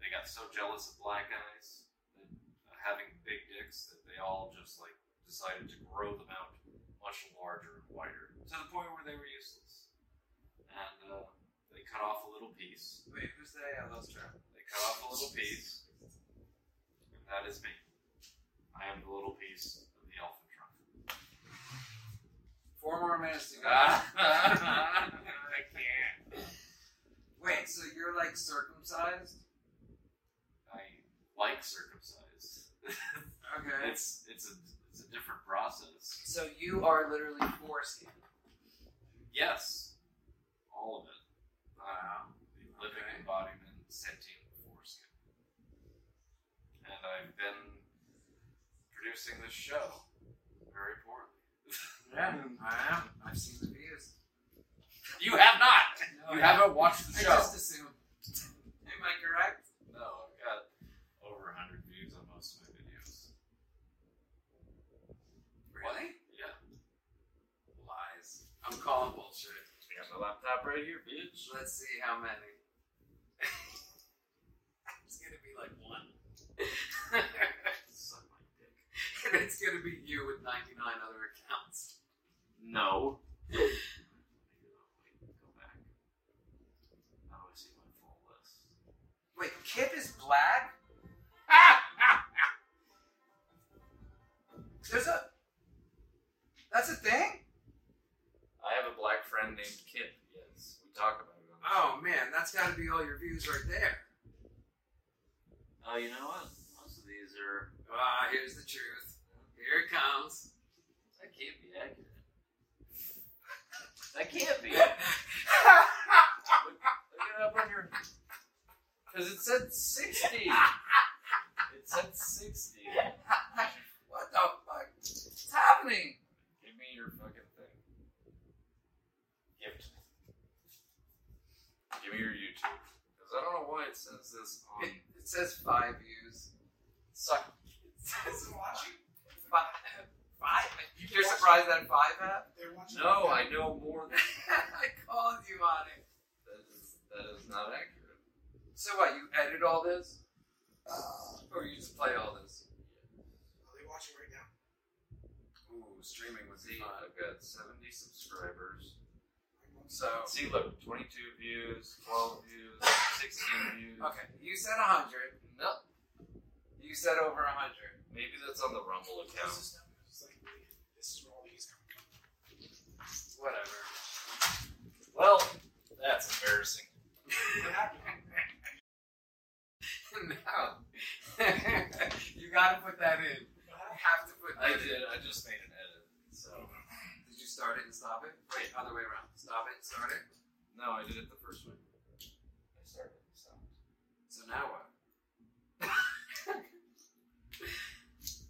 [SPEAKER 6] they got so jealous of black guys that, uh, having big dicks that they all just like decided to grow them out much larger and wider to the point where they were useless. And uh, they cut off a little piece.
[SPEAKER 2] Wait, who's they? I lost track.
[SPEAKER 6] They cut off a little piece, and that is me. I am the little piece of the elephant trunk.
[SPEAKER 2] Four more minutes to go.
[SPEAKER 6] I can't.
[SPEAKER 2] Wait, so you're like circumcised?
[SPEAKER 6] I like circumcised.
[SPEAKER 2] Okay.
[SPEAKER 6] it's it's a it's a different process.
[SPEAKER 2] So you are literally foreskin.
[SPEAKER 6] Yes, all of it. Wow. Living
[SPEAKER 2] Okay.
[SPEAKER 6] embodiment, sentient foreskin. And I've been producing this show very poorly.
[SPEAKER 2] Yeah, I am. I've seen the videos.
[SPEAKER 6] You have not. you haven't watched the
[SPEAKER 2] I
[SPEAKER 6] show.
[SPEAKER 2] just assumed. Am I correct?
[SPEAKER 6] No, oh, I've got over hundred views on most of my videos.
[SPEAKER 2] Really?
[SPEAKER 6] Yeah.
[SPEAKER 2] Lies. I'm calling bullshit.
[SPEAKER 6] I got my laptop right here, bitch.
[SPEAKER 2] Let's see how many. it's gonna be like one.
[SPEAKER 6] Suck my dick.
[SPEAKER 2] and it's gonna be you with 99 other accounts.
[SPEAKER 6] No. Go back. How do I see my full list?
[SPEAKER 2] Wait, Kip is black? There's a. That's a thing?
[SPEAKER 6] I have a black friend named Kip. Yes, we talk about it. On the
[SPEAKER 2] Oh man, that's gotta be all your views right there.
[SPEAKER 6] show. oh, you know what? Most of these are.
[SPEAKER 2] Ah, here's the truth. Here it comes.
[SPEAKER 6] That can't be accurate. That can't be. Look it up on your. Because it said sixty. it said sixty.
[SPEAKER 2] what the fuck? It's happening?
[SPEAKER 6] Give me your fucking thing. Gift. Give me your YouTube. Because I don't know why it says this on.
[SPEAKER 2] It, it says five views.
[SPEAKER 6] Suck.
[SPEAKER 2] It says
[SPEAKER 3] Who's watching?
[SPEAKER 2] five. Five? You're surprised that five happened?
[SPEAKER 3] They're watching.
[SPEAKER 6] No, I know more than
[SPEAKER 2] I called you on it.
[SPEAKER 6] that. Is, that is not accurate.
[SPEAKER 2] So what, you edit all this?
[SPEAKER 6] Uh,
[SPEAKER 2] Or you just play all this?
[SPEAKER 3] Are they watching right now?
[SPEAKER 6] Ooh, streaming was eight. I've got 70 subscribers.
[SPEAKER 3] I
[SPEAKER 2] So
[SPEAKER 6] See, look, 22 views, 12 views, 16 views.
[SPEAKER 2] okay, you said hundred.
[SPEAKER 6] No,
[SPEAKER 2] You said over hundred.
[SPEAKER 6] maybe that's on the Rumble account.
[SPEAKER 3] This is- it's like, this is where all these come from.
[SPEAKER 6] Whatever. Well, that's embarrassing.
[SPEAKER 3] What happened?
[SPEAKER 2] no, you got to put that in.
[SPEAKER 3] What
[SPEAKER 2] You
[SPEAKER 3] happened?
[SPEAKER 2] have to put.
[SPEAKER 6] I
[SPEAKER 2] that in.
[SPEAKER 6] did. I just made an edit. So
[SPEAKER 2] Did you start it and stop it? Wait, other way around. Stop it and start it.
[SPEAKER 6] no, I did it the first way. I started. So
[SPEAKER 2] So now what?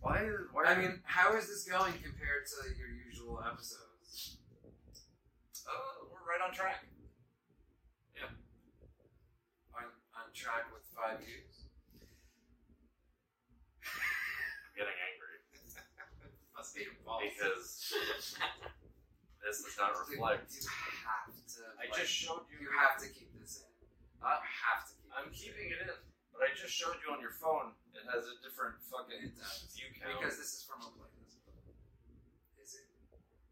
[SPEAKER 6] why? is- Why?
[SPEAKER 2] I mean, how is this going compared to your usual episodes? Oh,
[SPEAKER 6] uh, we're right on track.
[SPEAKER 2] On, on track with five views?
[SPEAKER 6] I'm getting angry
[SPEAKER 2] Must be involved.
[SPEAKER 6] because this does not
[SPEAKER 2] Dude,
[SPEAKER 6] reflect.
[SPEAKER 2] You have to.
[SPEAKER 6] I
[SPEAKER 2] like,
[SPEAKER 6] just showed you.
[SPEAKER 2] You have to keep this in. You
[SPEAKER 6] Uh,
[SPEAKER 2] have to keep.
[SPEAKER 6] I'm
[SPEAKER 2] this
[SPEAKER 6] keeping it in, but I just showed you on your phone. It has a different fucking
[SPEAKER 2] It does.
[SPEAKER 6] view
[SPEAKER 2] in.
[SPEAKER 6] count.
[SPEAKER 2] because this is from a playlist. Is it?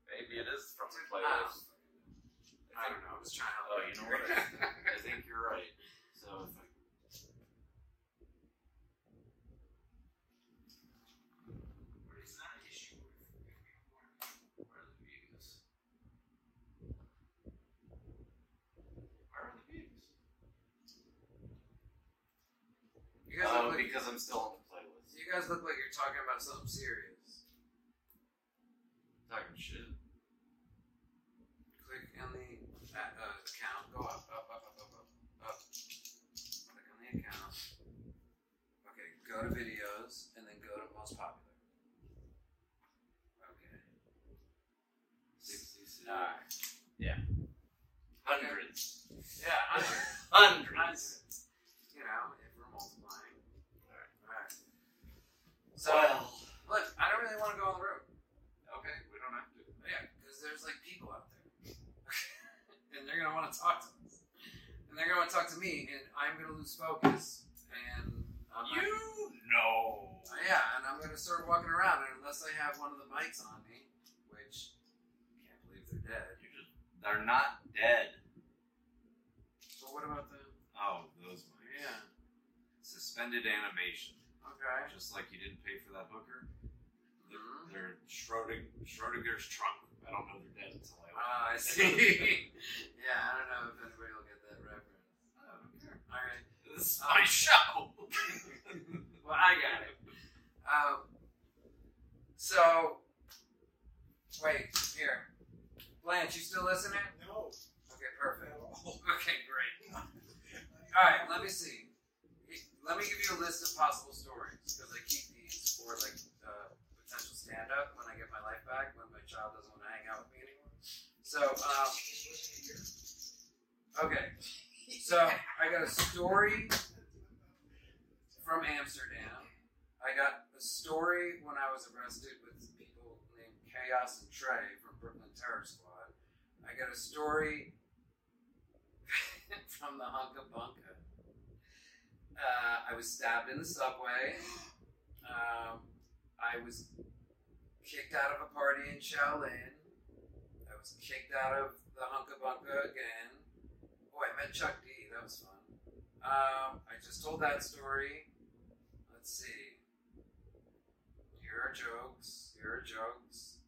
[SPEAKER 6] maybe it is from the
[SPEAKER 2] Ah,
[SPEAKER 6] playlist.
[SPEAKER 2] I don't know. I was trying to.
[SPEAKER 6] Oh, you know what? I think you're right. So if I
[SPEAKER 3] But it's not an issue with- if we want to
[SPEAKER 6] Where are the views? Where are the views?
[SPEAKER 2] you guys look like
[SPEAKER 6] uh, because I'm still on the playlist.
[SPEAKER 2] you guys look like you're talking about something serious.
[SPEAKER 6] Talking shit.
[SPEAKER 2] Click on the uh, uh, account. Go up, up, up, up, up, up, up. Click on the account. Okay, go to videos and then go to most popular. Okay.
[SPEAKER 6] 66.
[SPEAKER 2] Alright.
[SPEAKER 6] Hundreds.
[SPEAKER 2] Yeah, I'm-
[SPEAKER 6] Hundreds.
[SPEAKER 2] you know, if we're multiplying.
[SPEAKER 6] Alright.
[SPEAKER 2] Alright. So, look, I don't really want to go on the road.
[SPEAKER 6] Okay, we don't have to.
[SPEAKER 2] Yeah, because there's like people out there, and they're gonna want to talk to us, and they're gonna want to talk to me, and I'm gonna lose focus, and I'm not-
[SPEAKER 6] know.
[SPEAKER 2] yeah, and I'm gonna start walking around, and unless I have one of the mics on me, which I can't believe they're dead.
[SPEAKER 6] You just, they're not dead.
[SPEAKER 2] But what about the?
[SPEAKER 6] Oh, those mics.
[SPEAKER 2] Yeah.
[SPEAKER 6] Suspended animation.
[SPEAKER 2] Okay.
[SPEAKER 6] Just like you didn't pay for that hooker. They're,
[SPEAKER 2] Mhm.
[SPEAKER 6] they're Schroding, Schrodinger's trunk. I don't know they're dead until I open
[SPEAKER 2] Ah, I see. yeah, I don't know if anybody will get that reference. Oh, All right.
[SPEAKER 6] This is my show.
[SPEAKER 2] Well, I got it. Um, so, wait, here. Blanche, you still listening?
[SPEAKER 3] No,
[SPEAKER 2] Okay, perfect.
[SPEAKER 3] at all.
[SPEAKER 2] Okay, great. All right, let me see. Let me give you a list of possible stories because I keep these for like uh, potential stand up when I get my life back, when my child doesn't want to hang out with me anymore. So, um, okay. So, I got a story from Amsterdam. I got a story when I was arrested with people named Chaos and Trey from Brooklyn Terror Squad. I got a story from the Hunka Bunka. Uh, I was stabbed in the subway. Um, I was kicked out of a party in Shaolin. I was kicked out of the Hunka Bunka again. Oh, I met Chuck D. That was fun. Um, I just told that story. Let's see. Here are jokes. Here are jokes.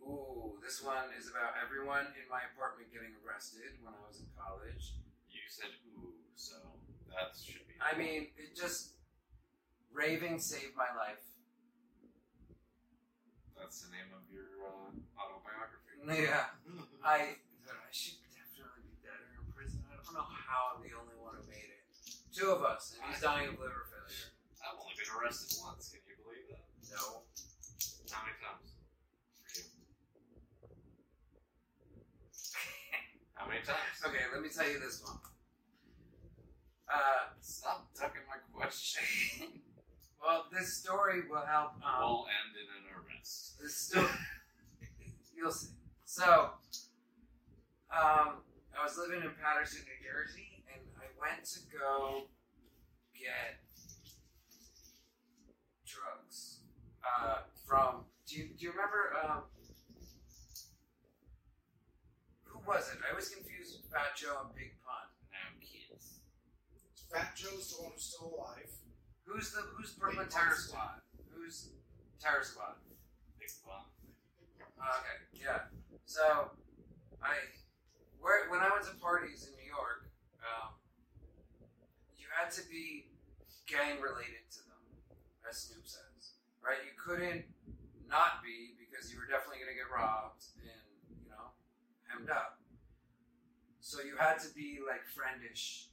[SPEAKER 2] Ooh, this one is about everyone in my apartment getting arrested when I was in college.
[SPEAKER 6] You said ooh, so that should be.
[SPEAKER 2] I mean, it just raving saved my life.
[SPEAKER 6] that's the name of your uh, autobiography.
[SPEAKER 2] Yeah, I I should definitely be dead or in prison. I don't know how I'm the only one who made it. Two of us, and he's dying of liver failure.
[SPEAKER 6] I've only been arrested once. Can you believe that?
[SPEAKER 2] No,
[SPEAKER 6] How many times? For you. How many times?
[SPEAKER 2] Okay, let me tell you this one. Uh,
[SPEAKER 6] Stop tucking my question.
[SPEAKER 2] well, this story will help. Um,
[SPEAKER 6] we'll end in an arrest.
[SPEAKER 2] This story, you'll see. So, um, I was living in Patterson, New Jersey, and I went to go get drugs uh, from. Do you, do you remember? Um, was it? I always confuse Fat Joe and Big Pun.
[SPEAKER 6] No kids.
[SPEAKER 3] Fat Joe's the one who's still alive.
[SPEAKER 2] Who's the who's Brooklyn
[SPEAKER 3] Big
[SPEAKER 2] Terror
[SPEAKER 3] Pun's-
[SPEAKER 2] Squad? Who's Terror Squad? Oh,
[SPEAKER 6] Big bump.
[SPEAKER 2] Okay, yeah. So, I where when I went to parties in New York, um, you had to be gang related to them, as Snoop says, right? You couldn't not be because you were definitely going to get robbed and you know hemmed up. So you had to be like friendish,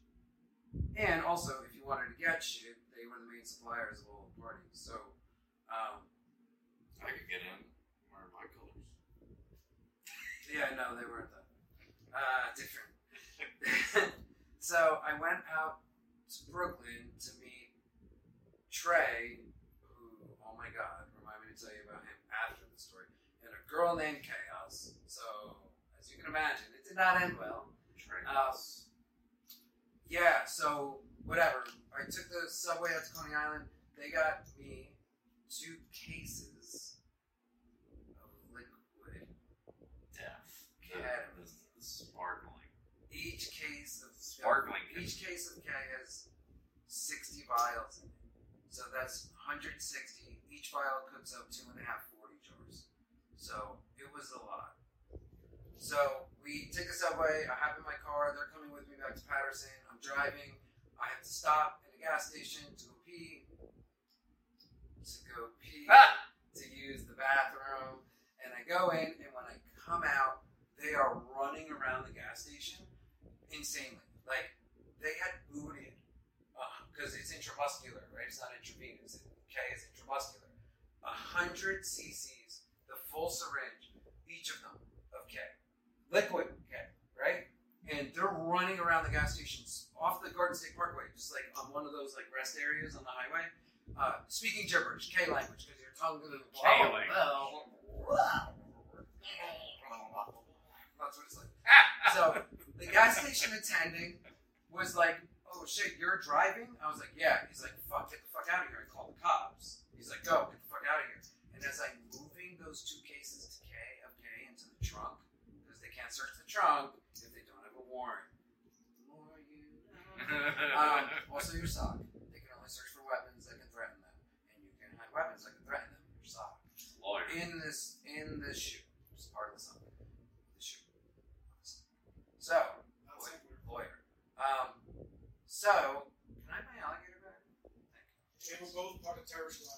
[SPEAKER 2] and also if you wanted to get shit, they were the main suppliers of all the parties. So. Um,
[SPEAKER 6] I could get in. Wear my colors.
[SPEAKER 2] Yeah, no, they weren't that. Uh, different. so I went out to Brooklyn to meet Trey, who, oh my god, remind me to tell you about him after the story, and a girl named Chaos. So, as you can imagine, it did not end well.
[SPEAKER 6] Trails.
[SPEAKER 2] Yeah, so whatever. I took the subway out to Coney Island. They got me two cases of liquid.
[SPEAKER 6] Death.
[SPEAKER 2] Yeah.
[SPEAKER 6] The, the, the sparkling.
[SPEAKER 2] Each case of
[SPEAKER 6] Sparkling.
[SPEAKER 2] Each case of K has 60 vials in it. So that's 160. Each vial cooks up two and a half 40 jars. So it was a lot. So we take the subway. I hop in my car. They're coming with me back to Patterson. I'm driving. I have to stop at a gas station to go pee. To go pee.
[SPEAKER 6] Ah!
[SPEAKER 2] To use the bathroom. And I go in, and when I come out, they are running around the gas station insanely. Like, they had booted because Uh, it's intramuscular, right? It's not intravenous. It, okay, it's intramuscular. A hundred cc's, the full syringe, each of them of K, liquid K, right? And they're running around the gas stations off the Garden State Parkway, just like on one of those like rest areas on the highway, uh, speaking gibberish, K language, because your tongue goes.
[SPEAKER 6] K language.
[SPEAKER 2] That's what it's like Ah! so the gas station attendant was like, "Oh shit, you're driving?" I was like, "Yeah." He's like, "Fuck, get the fuck out of here!" I called the cops. He's like, "Go, get the fuck out of here!" And as I'm moving those two cases to K of K into the trunk, because they can't search the trunk if they don't have a warrant. The more you know. Um, also, your sock. They can only search for weapons that can threaten them, and you can hide weapons that can threaten them. Your sock
[SPEAKER 6] Lawyer.
[SPEAKER 2] in this in this shoe. It's part of the song. The shoe. So
[SPEAKER 3] Not secular.
[SPEAKER 2] lawyer. Um. So can I have my alligator back? Thank you.
[SPEAKER 3] They were both part of Terror Squad.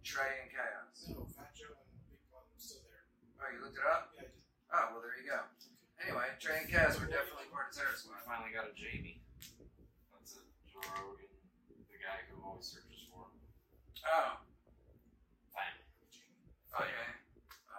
[SPEAKER 2] Trey and Chaos.
[SPEAKER 3] No, Fat Joe and Big Pun are still there.
[SPEAKER 2] Oh, you looked it up.
[SPEAKER 3] Yeah, I did.
[SPEAKER 2] Oh, well, there you go. Anyway, Trey and Chaos were definitely part of Terror
[SPEAKER 6] So we
[SPEAKER 2] Squad.
[SPEAKER 6] finally got a Jamie. That's it. Joe Rogan, the guy who always searches for him.
[SPEAKER 2] Oh.
[SPEAKER 6] Finally.
[SPEAKER 2] Okay. I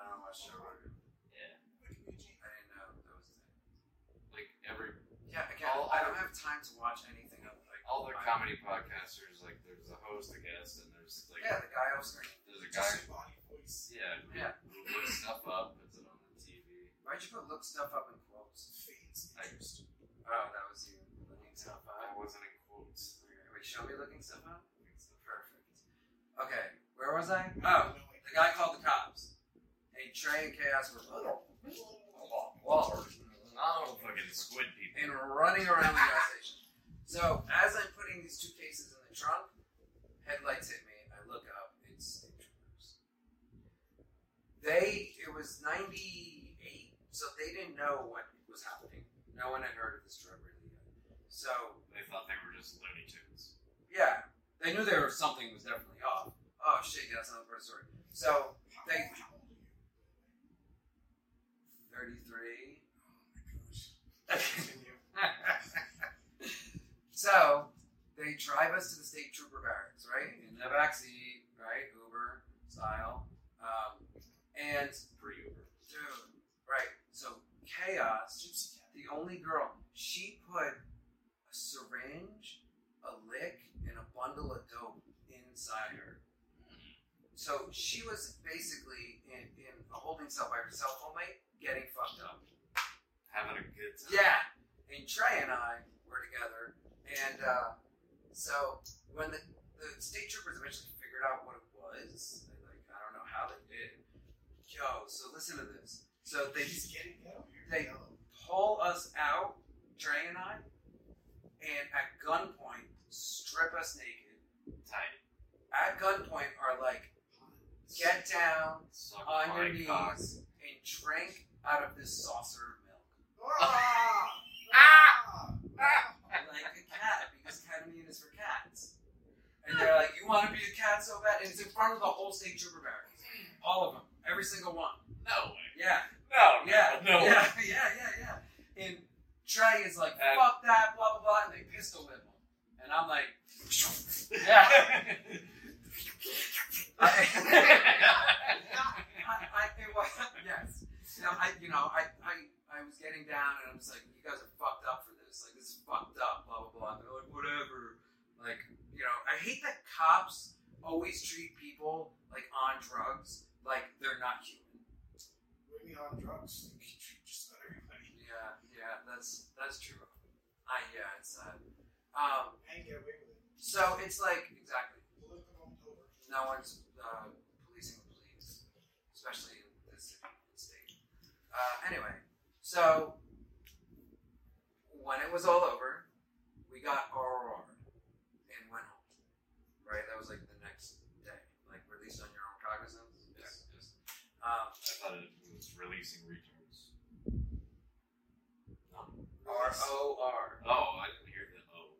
[SPEAKER 2] don't know what show. it is.
[SPEAKER 6] Yeah.
[SPEAKER 2] I didn't know that was. it.
[SPEAKER 6] Like every
[SPEAKER 2] Yeah. Again,
[SPEAKER 6] All-
[SPEAKER 2] I don't have time to watch anything. Of, like
[SPEAKER 6] all the
[SPEAKER 2] my-
[SPEAKER 6] comedy podcasters, like there's a host, I guess, and there's like
[SPEAKER 2] Yeah, the guy off screen.
[SPEAKER 6] there's a guy.
[SPEAKER 3] Disembodied voice.
[SPEAKER 6] Yeah. Who,
[SPEAKER 2] Yeah.
[SPEAKER 6] who looks stuff up, puts it on the TV.
[SPEAKER 2] Why'd you put look stuff up in quotes?
[SPEAKER 3] Fades
[SPEAKER 6] I-
[SPEAKER 3] interest.
[SPEAKER 2] Oh, that was you looking stuff
[SPEAKER 6] I
[SPEAKER 2] up.
[SPEAKER 6] wasn't in quotes.
[SPEAKER 2] Wait, show me looking stuff up?
[SPEAKER 6] I think so.
[SPEAKER 2] Perfect. Okay, where was I? Oh,
[SPEAKER 3] I don't know, like,
[SPEAKER 2] the guy called the cops. And Trey and Chaos were
[SPEAKER 6] Well, I don't fucking squid people.
[SPEAKER 2] and running around the gas station. So as I'm putting these two cases in the trunk, headlights hit me. I look up. It's state troopers. They. It was '98, so they didn't know what was happening. No one had heard of this drug really yet. So
[SPEAKER 6] They thought they were just Looney Tunes.
[SPEAKER 2] Yeah, they knew there was something was definitely off. Oh shit, yeah, that's another part of the story. So
[SPEAKER 3] how-
[SPEAKER 2] they
[SPEAKER 3] how old are you?
[SPEAKER 2] thirty-three. Oh,
[SPEAKER 3] Continue.
[SPEAKER 2] so they drive us to the state trooper barracks, right? In the backseat, right? Uber style, um, and
[SPEAKER 6] Pre Uber.
[SPEAKER 2] dude, right? So chaos.
[SPEAKER 3] Gypsy cat.
[SPEAKER 2] The only girl, she put a syringe, a lick, and a bundle of dope inside her. So she was basically in, in a holding cell by herself, all night, getting fucked up.
[SPEAKER 6] Having a good time.
[SPEAKER 2] Yeah. And Trey and I were together. And uh, so when the, the state troopers eventually figured out what it was, they, like, I don't know how they did. Yo, so listen to this. So they
[SPEAKER 3] He's getting yellow. You're
[SPEAKER 2] They-
[SPEAKER 3] yellow.
[SPEAKER 2] pull us out, Dre and I, and at gunpoint strip us naked.
[SPEAKER 6] Tight.
[SPEAKER 2] At gunpoint are like, get down
[SPEAKER 6] Suck
[SPEAKER 2] on your
[SPEAKER 6] my
[SPEAKER 2] knees
[SPEAKER 6] cock.
[SPEAKER 2] and drink out of this saucer of milk.
[SPEAKER 3] Ah!
[SPEAKER 7] Ah! Ah!
[SPEAKER 2] like a cat because ketamine is for cats. And they're like, you want to be a cat so bad? And it's in front of the whole state trooper barracks. All of them. Every single one.
[SPEAKER 6] No way.
[SPEAKER 2] Yeah.
[SPEAKER 6] No,
[SPEAKER 2] Yeah.
[SPEAKER 6] no, no.
[SPEAKER 2] Yeah. Yeah. Yeah. Yeah. And Trey is like,
[SPEAKER 6] And-
[SPEAKER 2] fuck that, blah, blah, blah. And they pistol whip him. And I'm like, yeah. I, I, it was, yes. Now, I, you know, I, I, I was getting down and I was like, you guys are fucked up for this. Like, this is fucked up, blah, blah, blah. And they're like, whatever. Like, you know, I hate that cops always treat people, like, on drugs, like they're not human.
[SPEAKER 3] Bring me on drugs. You can treat just about everybody.
[SPEAKER 2] Yeah, yeah, that's, that's true. I, yeah, it's sad. Um,
[SPEAKER 3] And get away with it.
[SPEAKER 2] so it's like, exactly.
[SPEAKER 3] Political over.
[SPEAKER 2] No one's uh, policing the police, especially in this city and state. Uh, anyway, so when it was all over, we got RR and went home. Right? That was like the next day. Like released on your own cognizance.
[SPEAKER 6] Yes, yes.
[SPEAKER 2] Um,
[SPEAKER 6] I thought it was releasing retards.
[SPEAKER 2] R O R.
[SPEAKER 6] Oh, I didn't hear the O.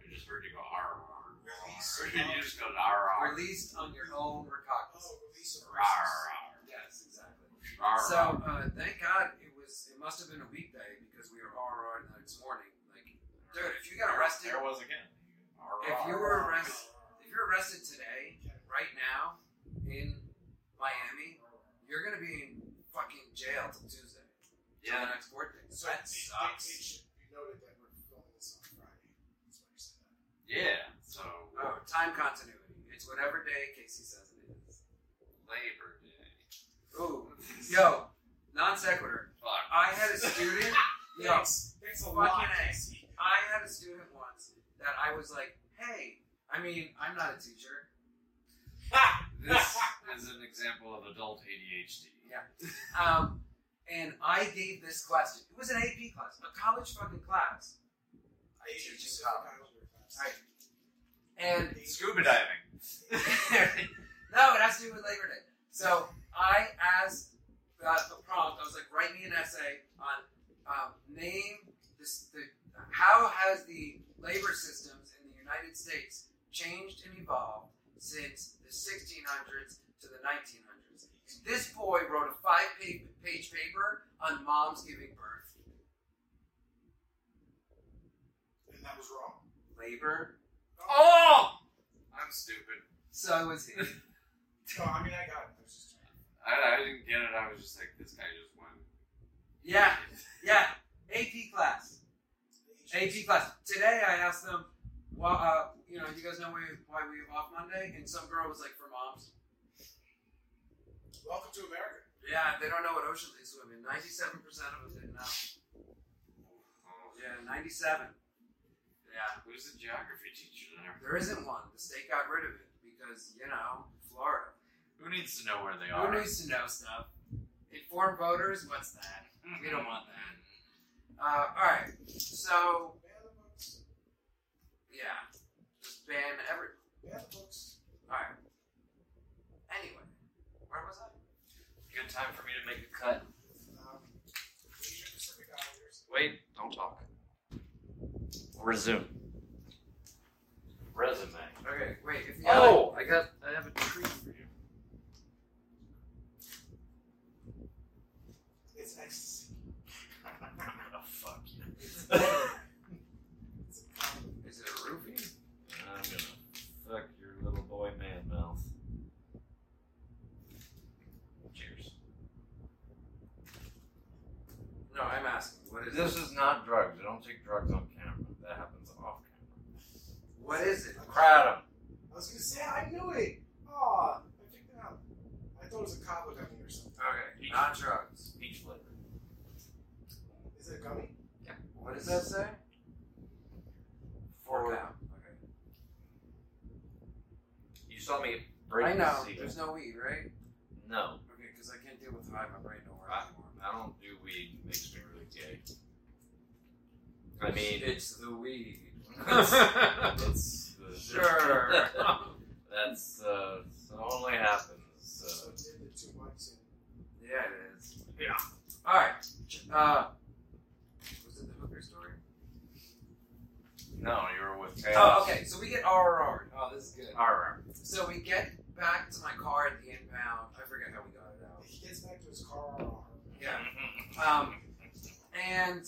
[SPEAKER 6] I just heard you go R.
[SPEAKER 3] Release.
[SPEAKER 6] You just go R. R.
[SPEAKER 2] Released on your own recognizance.
[SPEAKER 3] Oh, release of
[SPEAKER 6] R, R.
[SPEAKER 2] Yes, exactly.
[SPEAKER 6] R.
[SPEAKER 2] So uh, thank God it was. It must have been a weekday because we were RR the next morning. Like, dude, if you got arrested,
[SPEAKER 6] there was again. R,
[SPEAKER 2] If you
[SPEAKER 6] R.
[SPEAKER 2] were arrested, if you're arrested today, right now, in Miami, you're gonna be in fucking jail till Tuesday. till
[SPEAKER 6] yeah,
[SPEAKER 2] the next court date.
[SPEAKER 3] So
[SPEAKER 2] that
[SPEAKER 3] it- It, it
[SPEAKER 2] sucks.
[SPEAKER 3] should be noted that we're filming this on Friday. That's why you said that.
[SPEAKER 6] yeah. So
[SPEAKER 2] Oh, time continuity. It's whatever day Casey says it is.
[SPEAKER 6] Labor Day.
[SPEAKER 2] Ooh, yo, non sequitur.
[SPEAKER 6] Fuck.
[SPEAKER 2] I had a student. yo,
[SPEAKER 3] Thanks. Thanks a
[SPEAKER 2] Fucking
[SPEAKER 3] lot,
[SPEAKER 2] A.
[SPEAKER 3] Casey.
[SPEAKER 2] I had a student once that I was like, hey, I mean, I'm not a teacher.
[SPEAKER 6] This is an example of adult ADHD.
[SPEAKER 2] Yeah. Um, and I gave this question. It was an AP class, a college fucking class.
[SPEAKER 3] I hate you,
[SPEAKER 2] Teaching
[SPEAKER 3] Pacific
[SPEAKER 2] college.
[SPEAKER 3] Islander class.
[SPEAKER 2] Alright. And
[SPEAKER 6] Scuba diving.
[SPEAKER 2] no, it has to do with Labor Day. So I asked uh, the prompt. I was like, write me an essay on um, name this. The, how has the labor systems in the United States changed and evolved since the 1600s to the 1900s? And this boy wrote a five-page paper on moms giving birth.
[SPEAKER 3] And that was wrong.
[SPEAKER 2] Labor.
[SPEAKER 6] Oh! I'm stupid.
[SPEAKER 2] So it was.
[SPEAKER 3] No, I mean, I got it. I was just trying.
[SPEAKER 6] I, I didn't get it. I was just like, this guy just went.
[SPEAKER 2] Yeah, yeah. AP class. AP
[SPEAKER 3] Asian-
[SPEAKER 2] class. Today I asked them, well, uh, you know, you guys know why, why we off Monday? And some girl was like, for moms.
[SPEAKER 3] Welcome to America.
[SPEAKER 2] Yeah, they don't know what ocean they swim in. 97% of them didn't know.
[SPEAKER 6] Oh,
[SPEAKER 2] Yeah, 97. Yeah.
[SPEAKER 6] Who's the geography teacher there?
[SPEAKER 2] There isn't one. The state got rid of it because, you know, Florida.
[SPEAKER 6] Who needs to know where they are?
[SPEAKER 2] Who needs to know stuff? Inform voters? What's that?
[SPEAKER 6] Hmm.
[SPEAKER 2] We don't want that. Uh, all right. So,
[SPEAKER 3] Ban the books.
[SPEAKER 2] yeah. Just ban everyone.
[SPEAKER 3] Ban the books.
[SPEAKER 2] All right. Anyway, where was I?
[SPEAKER 6] Good time for me to make a cut.
[SPEAKER 3] Um, Asian Pacific Islanders.
[SPEAKER 6] Wait, don't talk. Resume. Resume.
[SPEAKER 2] Okay, wait. If the other-
[SPEAKER 6] Oh, I got. I have a treat for you.
[SPEAKER 3] It's ecstasy. Oh,
[SPEAKER 6] fuck you.
[SPEAKER 3] It's a comedy.
[SPEAKER 2] Is it a roofie?
[SPEAKER 6] I'm gonna fuck your little boy man mouth. Cheers.
[SPEAKER 2] No, I'm asking. What is
[SPEAKER 6] This
[SPEAKER 2] this?
[SPEAKER 6] is not drugs. I don't take drugs on camera. That happens off camera.
[SPEAKER 2] What is it?
[SPEAKER 6] Crowd 'em.
[SPEAKER 3] I was gonna say I knew it. Aw, I picked it up. I thought it was a cobble gummy or something.
[SPEAKER 2] Okay, not drugs.
[SPEAKER 6] Peach flavor.
[SPEAKER 3] Is it a gummy?
[SPEAKER 2] What does that say?
[SPEAKER 6] Four
[SPEAKER 2] Four count. Okay.
[SPEAKER 6] You saw me break
[SPEAKER 2] I know.
[SPEAKER 6] the seal.
[SPEAKER 2] There's no weed, right?
[SPEAKER 6] No.
[SPEAKER 2] Okay, because I can't deal with high. My brain don't work
[SPEAKER 6] I,
[SPEAKER 2] anymore.
[SPEAKER 6] I don't do weed. It makes me really gay. I mean,
[SPEAKER 2] it's the weed.
[SPEAKER 6] Ah. it's the
[SPEAKER 2] Sure.
[SPEAKER 6] That's uh, that only happens.
[SPEAKER 3] So
[SPEAKER 6] Uh,
[SPEAKER 3] it did the two mics in.
[SPEAKER 2] yeah, it is.
[SPEAKER 6] Yeah.
[SPEAKER 2] All right. Uh, was it the hooker story?
[SPEAKER 6] no, you were with Taylor.
[SPEAKER 2] Oh, okay. So we get RRR. Oh, this is good.
[SPEAKER 6] All right.
[SPEAKER 2] So we get back to my car at the inbound. I forget how we got it out.
[SPEAKER 3] He gets back to his car on arm.
[SPEAKER 2] Yeah. Um, and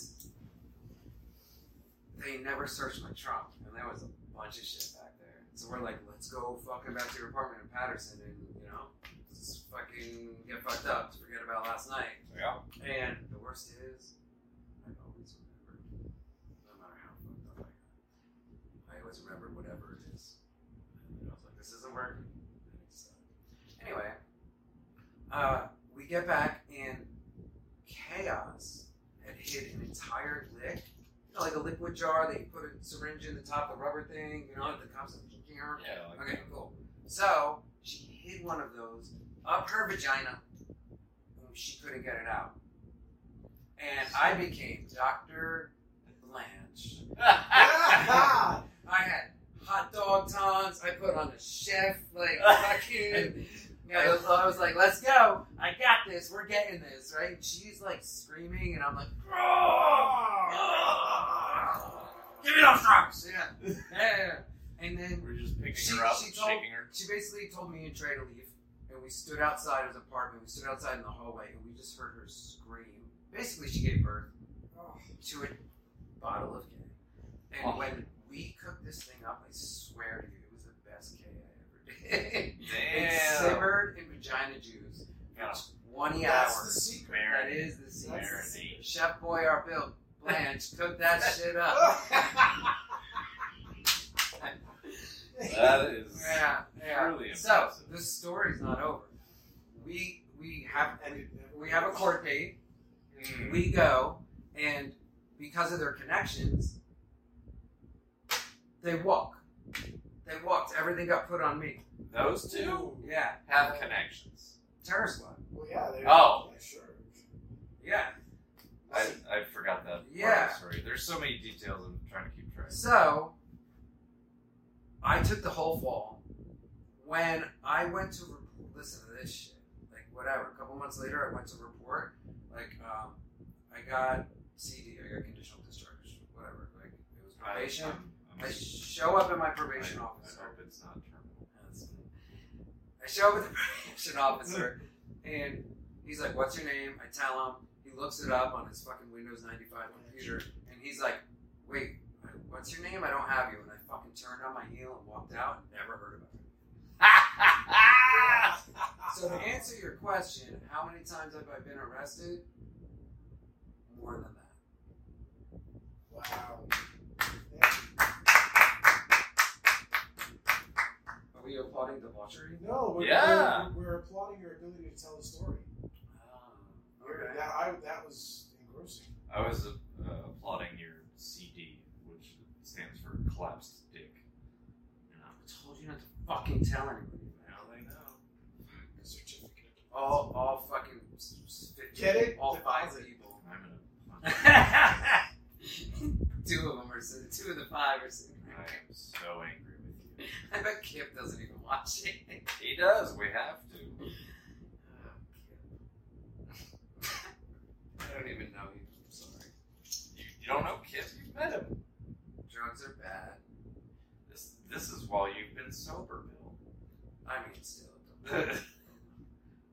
[SPEAKER 2] they never searched my trunk, and there was a bunch of shit back there. So we're like, let's go fucking back to your apartment in Patterson, and you know, just fucking get fucked up, forget about last night.
[SPEAKER 6] Yeah.
[SPEAKER 2] And the worst is, I always remember, no matter how fucked up I got, I always remember whatever it is. And I was like, this isn't working. And it sucked. Anyway, uh, we get back and chaos had hid an entire lick, you know, like a liquid jar that you put a syringe in the top of the rubber thing, you know, like the cops are
[SPEAKER 6] Yeah. Like,
[SPEAKER 2] Okay, cool. So she hid one of those up her vagina. and She couldn't get it out. And I became Dr. Blanche.
[SPEAKER 3] Ah!
[SPEAKER 2] I had hot dog tongs. I put on a chef, like fucking. Yeah, I was, I was like, let's go. I got this. We're getting this, right? And she's like screaming, and I'm like, give me those drugs. Yeah. yeah. And then
[SPEAKER 6] We're just picking
[SPEAKER 2] She-
[SPEAKER 6] her up,
[SPEAKER 2] she told-
[SPEAKER 6] shaking her.
[SPEAKER 2] she basically told me and Trey to leave, and we stood outside of his apartment. We stood outside in the hallway, and we just heard her scream. Basically, she gave birth to a bottle of K. And
[SPEAKER 6] Oh.
[SPEAKER 2] when we cooked this thing up, I swear to you, it was the best K I ever did. it
[SPEAKER 6] Damn.
[SPEAKER 2] simmered in vagina juice
[SPEAKER 6] Yeah.
[SPEAKER 2] for 20
[SPEAKER 3] That's the
[SPEAKER 2] hours.
[SPEAKER 3] secret.
[SPEAKER 2] that is the secret.
[SPEAKER 3] That's the
[SPEAKER 6] Marinate.
[SPEAKER 2] Chef Boyardee Blanche cooked that shit up.
[SPEAKER 6] That is.
[SPEAKER 2] Yeah, yeah.
[SPEAKER 6] Truly
[SPEAKER 2] so
[SPEAKER 6] impressive.
[SPEAKER 2] this story's not over. We we have
[SPEAKER 3] And it never-
[SPEAKER 2] we have a court date.
[SPEAKER 6] Mm.
[SPEAKER 2] We go, and because of their connections, they walk. They walked. Everything got put on me.
[SPEAKER 6] Those two
[SPEAKER 2] Yeah,
[SPEAKER 6] have connections.
[SPEAKER 2] terror squad.
[SPEAKER 3] Well, yeah. they-
[SPEAKER 6] Oh.
[SPEAKER 3] yeah, Sure.
[SPEAKER 2] Yeah.
[SPEAKER 6] I, I forgot that. part of the
[SPEAKER 2] Yeah.
[SPEAKER 6] story. There's so many details I'm trying to keep track.
[SPEAKER 2] So I took the whole fall. When I went to re- listen to this shit, like whatever. A couple months later, I went to report. Like um, I got CD. I got conditional discharge. Whatever. Like it was
[SPEAKER 6] I,
[SPEAKER 2] probation.
[SPEAKER 6] I'm- I'm-
[SPEAKER 2] I show up at my probation
[SPEAKER 6] I-
[SPEAKER 2] officer.
[SPEAKER 6] I hope it's not terminal.
[SPEAKER 2] I show up with the probation officer, and he's like, "What's your name?" I tell him. He looks it up on his fucking Windows ninety five computer, and he's like, "Wait, what's your name? I don't have you." And I fucking turned on my heel and walked out, and never heard about it. So
[SPEAKER 3] Ah.
[SPEAKER 2] to answer your question, how many times have I been arrested? More than that.
[SPEAKER 3] Wow.
[SPEAKER 2] Are we applauding debauchery?
[SPEAKER 3] No, we're,
[SPEAKER 6] Yeah.
[SPEAKER 3] we're, we're applauding your ability to tell the story.
[SPEAKER 2] Um,
[SPEAKER 3] That, I, that was engrossing.
[SPEAKER 6] I was uh, applauding your CD, which stands for collapsed dick. And I'm
[SPEAKER 2] I told you not to fucking tell anybody.
[SPEAKER 6] like, now they know.
[SPEAKER 3] A certificate.
[SPEAKER 2] All, all fucking. s- s- fifty-
[SPEAKER 3] Get it?
[SPEAKER 2] All five
[SPEAKER 3] Deposit.
[SPEAKER 2] people.
[SPEAKER 6] I'm gonna.
[SPEAKER 2] two of them are sitting. Two of the five are sitting.
[SPEAKER 6] I am so angry with you.
[SPEAKER 2] I bet Kip doesn't even watch it.
[SPEAKER 6] He does. We have to.
[SPEAKER 2] I don't even know you. I'm sorry.
[SPEAKER 6] You, you don't know Kip. You've met him.
[SPEAKER 2] Drugs are bad.
[SPEAKER 6] This this is while you've been sober, Bill.
[SPEAKER 2] I mean, still. it don't-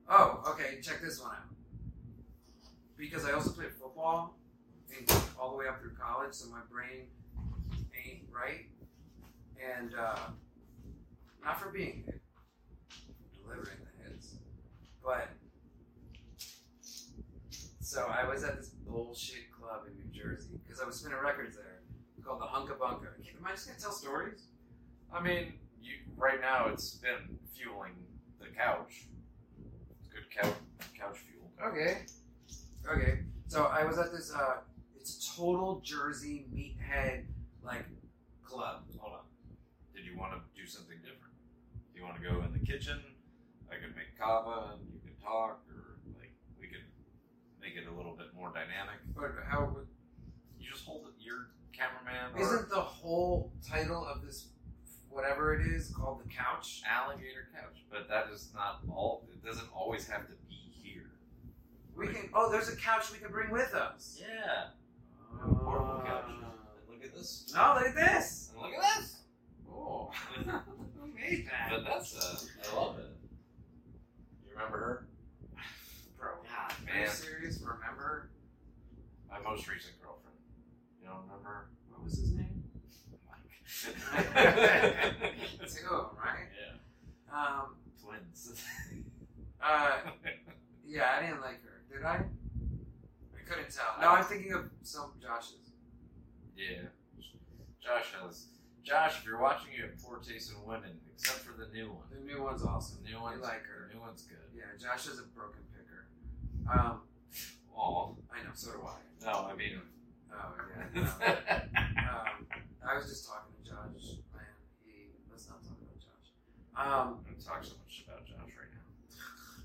[SPEAKER 2] Oh, okay. Check this one out. Because I also played football and all the way up through college, so my brain ain't right. And uh, not for being hit, delivering the hits, but so I was at this bullshit club in New Jersey because I was spinning records there called the Hunka Bunka. Am I just gonna tell stories?
[SPEAKER 6] I mean, you right now it's been fueling the couch. It's good couch couch fuel.
[SPEAKER 2] Okay. Okay. So I was at this. Uh, it's a total Jersey meathead like club.
[SPEAKER 6] Hold on. Did you want to do something different? Do you want to go in the kitchen? I could make kava and you could talk, or like we could make make it a little bit more dynamic.
[SPEAKER 2] But how would
[SPEAKER 6] You just hold it- your cameraman or
[SPEAKER 2] Isn't the whole title of this, whatever it is, called The Couch?
[SPEAKER 6] alligator couch, but that is not all. It doesn't always have to be here.
[SPEAKER 2] We can. Oh, there's a couch we can bring with us.
[SPEAKER 6] Yeah. Ah.
[SPEAKER 2] Oh.
[SPEAKER 6] Portable couch. And look at this.
[SPEAKER 2] No, look at this.
[SPEAKER 6] And look at this.
[SPEAKER 2] Oh, who made that?
[SPEAKER 6] But that's uh, I love it. You remember her?
[SPEAKER 2] Bro,
[SPEAKER 6] Yeah,
[SPEAKER 2] are you
[SPEAKER 6] man.
[SPEAKER 2] serious? Remember?
[SPEAKER 6] My most recent girlfriend. You don't remember?
[SPEAKER 2] What was his name?
[SPEAKER 6] Mike.
[SPEAKER 2] Two of 'em, right?
[SPEAKER 6] yeah.
[SPEAKER 2] Um.
[SPEAKER 6] Twins.
[SPEAKER 2] Uh. Yeah, I didn't like her. Did I? I couldn't tell. No, I'm thinking of some Josh's.
[SPEAKER 6] yeah. Josh has. Josh, if you're watching, you have poor taste in women, except for the new one.
[SPEAKER 2] The new one's awesome.
[SPEAKER 6] The new one's
[SPEAKER 2] like her.
[SPEAKER 6] The new one's good.
[SPEAKER 2] Yeah, Josh is a broken picker. Um.
[SPEAKER 6] Aw.
[SPEAKER 2] I know. So do I.
[SPEAKER 6] No, I mean.
[SPEAKER 2] Oh yeah. no. um, I was just talking to Josh, and he let's not talk about Josh. Um,
[SPEAKER 6] I'm talk so much about Josh right now.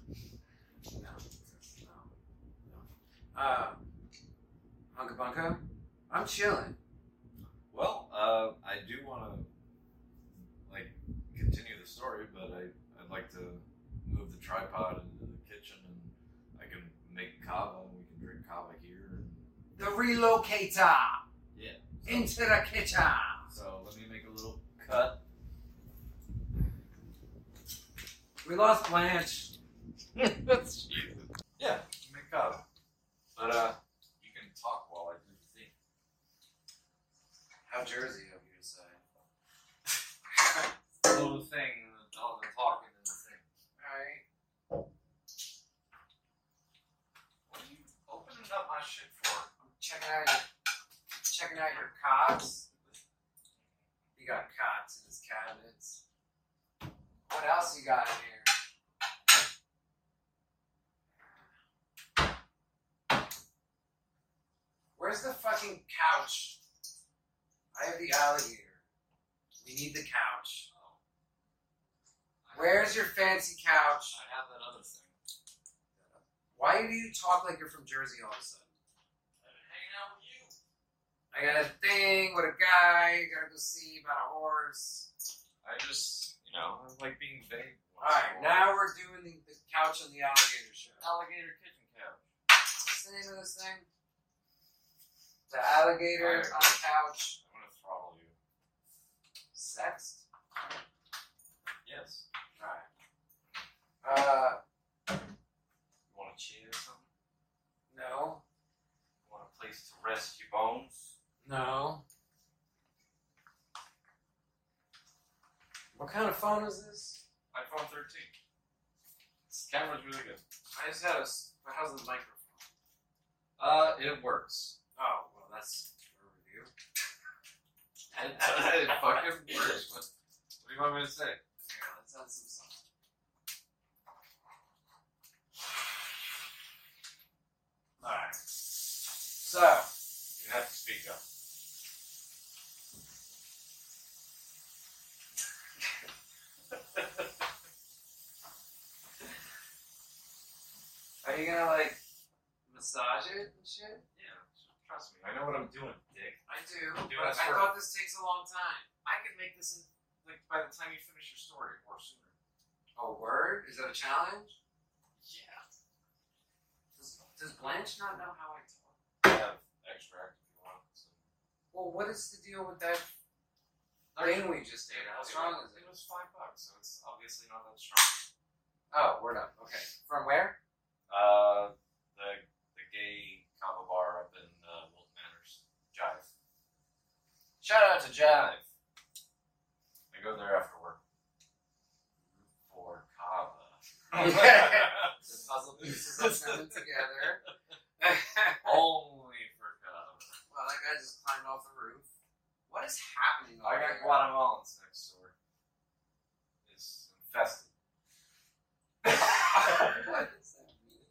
[SPEAKER 2] no, no, no. Uh, Hunka Bunka, I'm chilling.
[SPEAKER 6] Well, uh, I do want to like continue the story, but I I'd like to move the tripod into the kitchen, and I can make kava, and we can drink kava here. And,
[SPEAKER 2] The relocator
[SPEAKER 6] yeah. So,
[SPEAKER 2] into the kitchen.
[SPEAKER 6] so let me make a little cut.
[SPEAKER 2] We lost Blanche.
[SPEAKER 6] That's yeah. Make kava, but uh, you can talk while I do the thing.
[SPEAKER 2] How Jersey of you to say?
[SPEAKER 6] Little thing, all the talking and the thing.
[SPEAKER 2] Alright.
[SPEAKER 6] What are you opening up my shit for?
[SPEAKER 2] I'm checking out your checking out your cots. You got cots in his cabinets. What else you got in here? Where's the fucking couch? I have the alligator. We need the couch. Where's your fancy couch?
[SPEAKER 6] I have that other thing.
[SPEAKER 2] Why do you talk like you're from Jersey all of a sudden?
[SPEAKER 6] I've been hanging out with you.
[SPEAKER 2] I got a thing with a guy, gotta go see about a horse.
[SPEAKER 6] I just, you know, I like being vague.
[SPEAKER 2] Alright, now we're doing the, the couch and the alligator show.
[SPEAKER 6] alligator kitchen couch.
[SPEAKER 2] What's the name of this thing? The alligator on the couch.
[SPEAKER 6] I'm gonna throttle you.
[SPEAKER 2] Sext?
[SPEAKER 6] Yes.
[SPEAKER 2] Alright. Uh,
[SPEAKER 6] You want a cheat or something?
[SPEAKER 2] no.
[SPEAKER 6] You want a place to rest your bones?
[SPEAKER 2] No. What kind of phone is this?
[SPEAKER 6] iPhone 13. This camera's really good.
[SPEAKER 2] I just had a. s- But how's the microphone?
[SPEAKER 6] Uh, it works.
[SPEAKER 2] Oh, well, that's a review.
[SPEAKER 6] It, it fucking works. What, what do you want me to say?
[SPEAKER 2] Yeah, let's add some song. Alright. So.
[SPEAKER 6] You have to speak up.
[SPEAKER 2] Are you gonna like massage it and shit?
[SPEAKER 6] Yeah, trust me. I know what I'm doing, dick.
[SPEAKER 2] I do.
[SPEAKER 6] Do
[SPEAKER 2] but
[SPEAKER 6] us
[SPEAKER 2] I
[SPEAKER 6] first.
[SPEAKER 2] thought this takes a long time.
[SPEAKER 6] I can make this in, like, by the time you finish your story or sooner.
[SPEAKER 2] Oh, word? Is that a challenge?
[SPEAKER 6] Yeah.
[SPEAKER 2] Does, does Blanche not know how I talk?
[SPEAKER 6] have extract if you want. So.
[SPEAKER 2] Well, what is the deal with that thing we just did? How strong is
[SPEAKER 6] It
[SPEAKER 2] it?
[SPEAKER 6] was five bucks, so it's obviously not that strong.
[SPEAKER 2] Oh, word up. Okay. From where?
[SPEAKER 6] Uh, the the gay kava bar up in uh, Wilton Manors, Jive. Shout out to Jive. I go there after work for kava.
[SPEAKER 2] The puzzle pieces are coming together. well,
[SPEAKER 6] Only for kava.
[SPEAKER 2] that guy just climbed off the roof. What is happening?
[SPEAKER 6] I
[SPEAKER 2] over
[SPEAKER 6] got
[SPEAKER 2] there?
[SPEAKER 6] Guatemalans next door. It's infested.
[SPEAKER 2] what does that mean?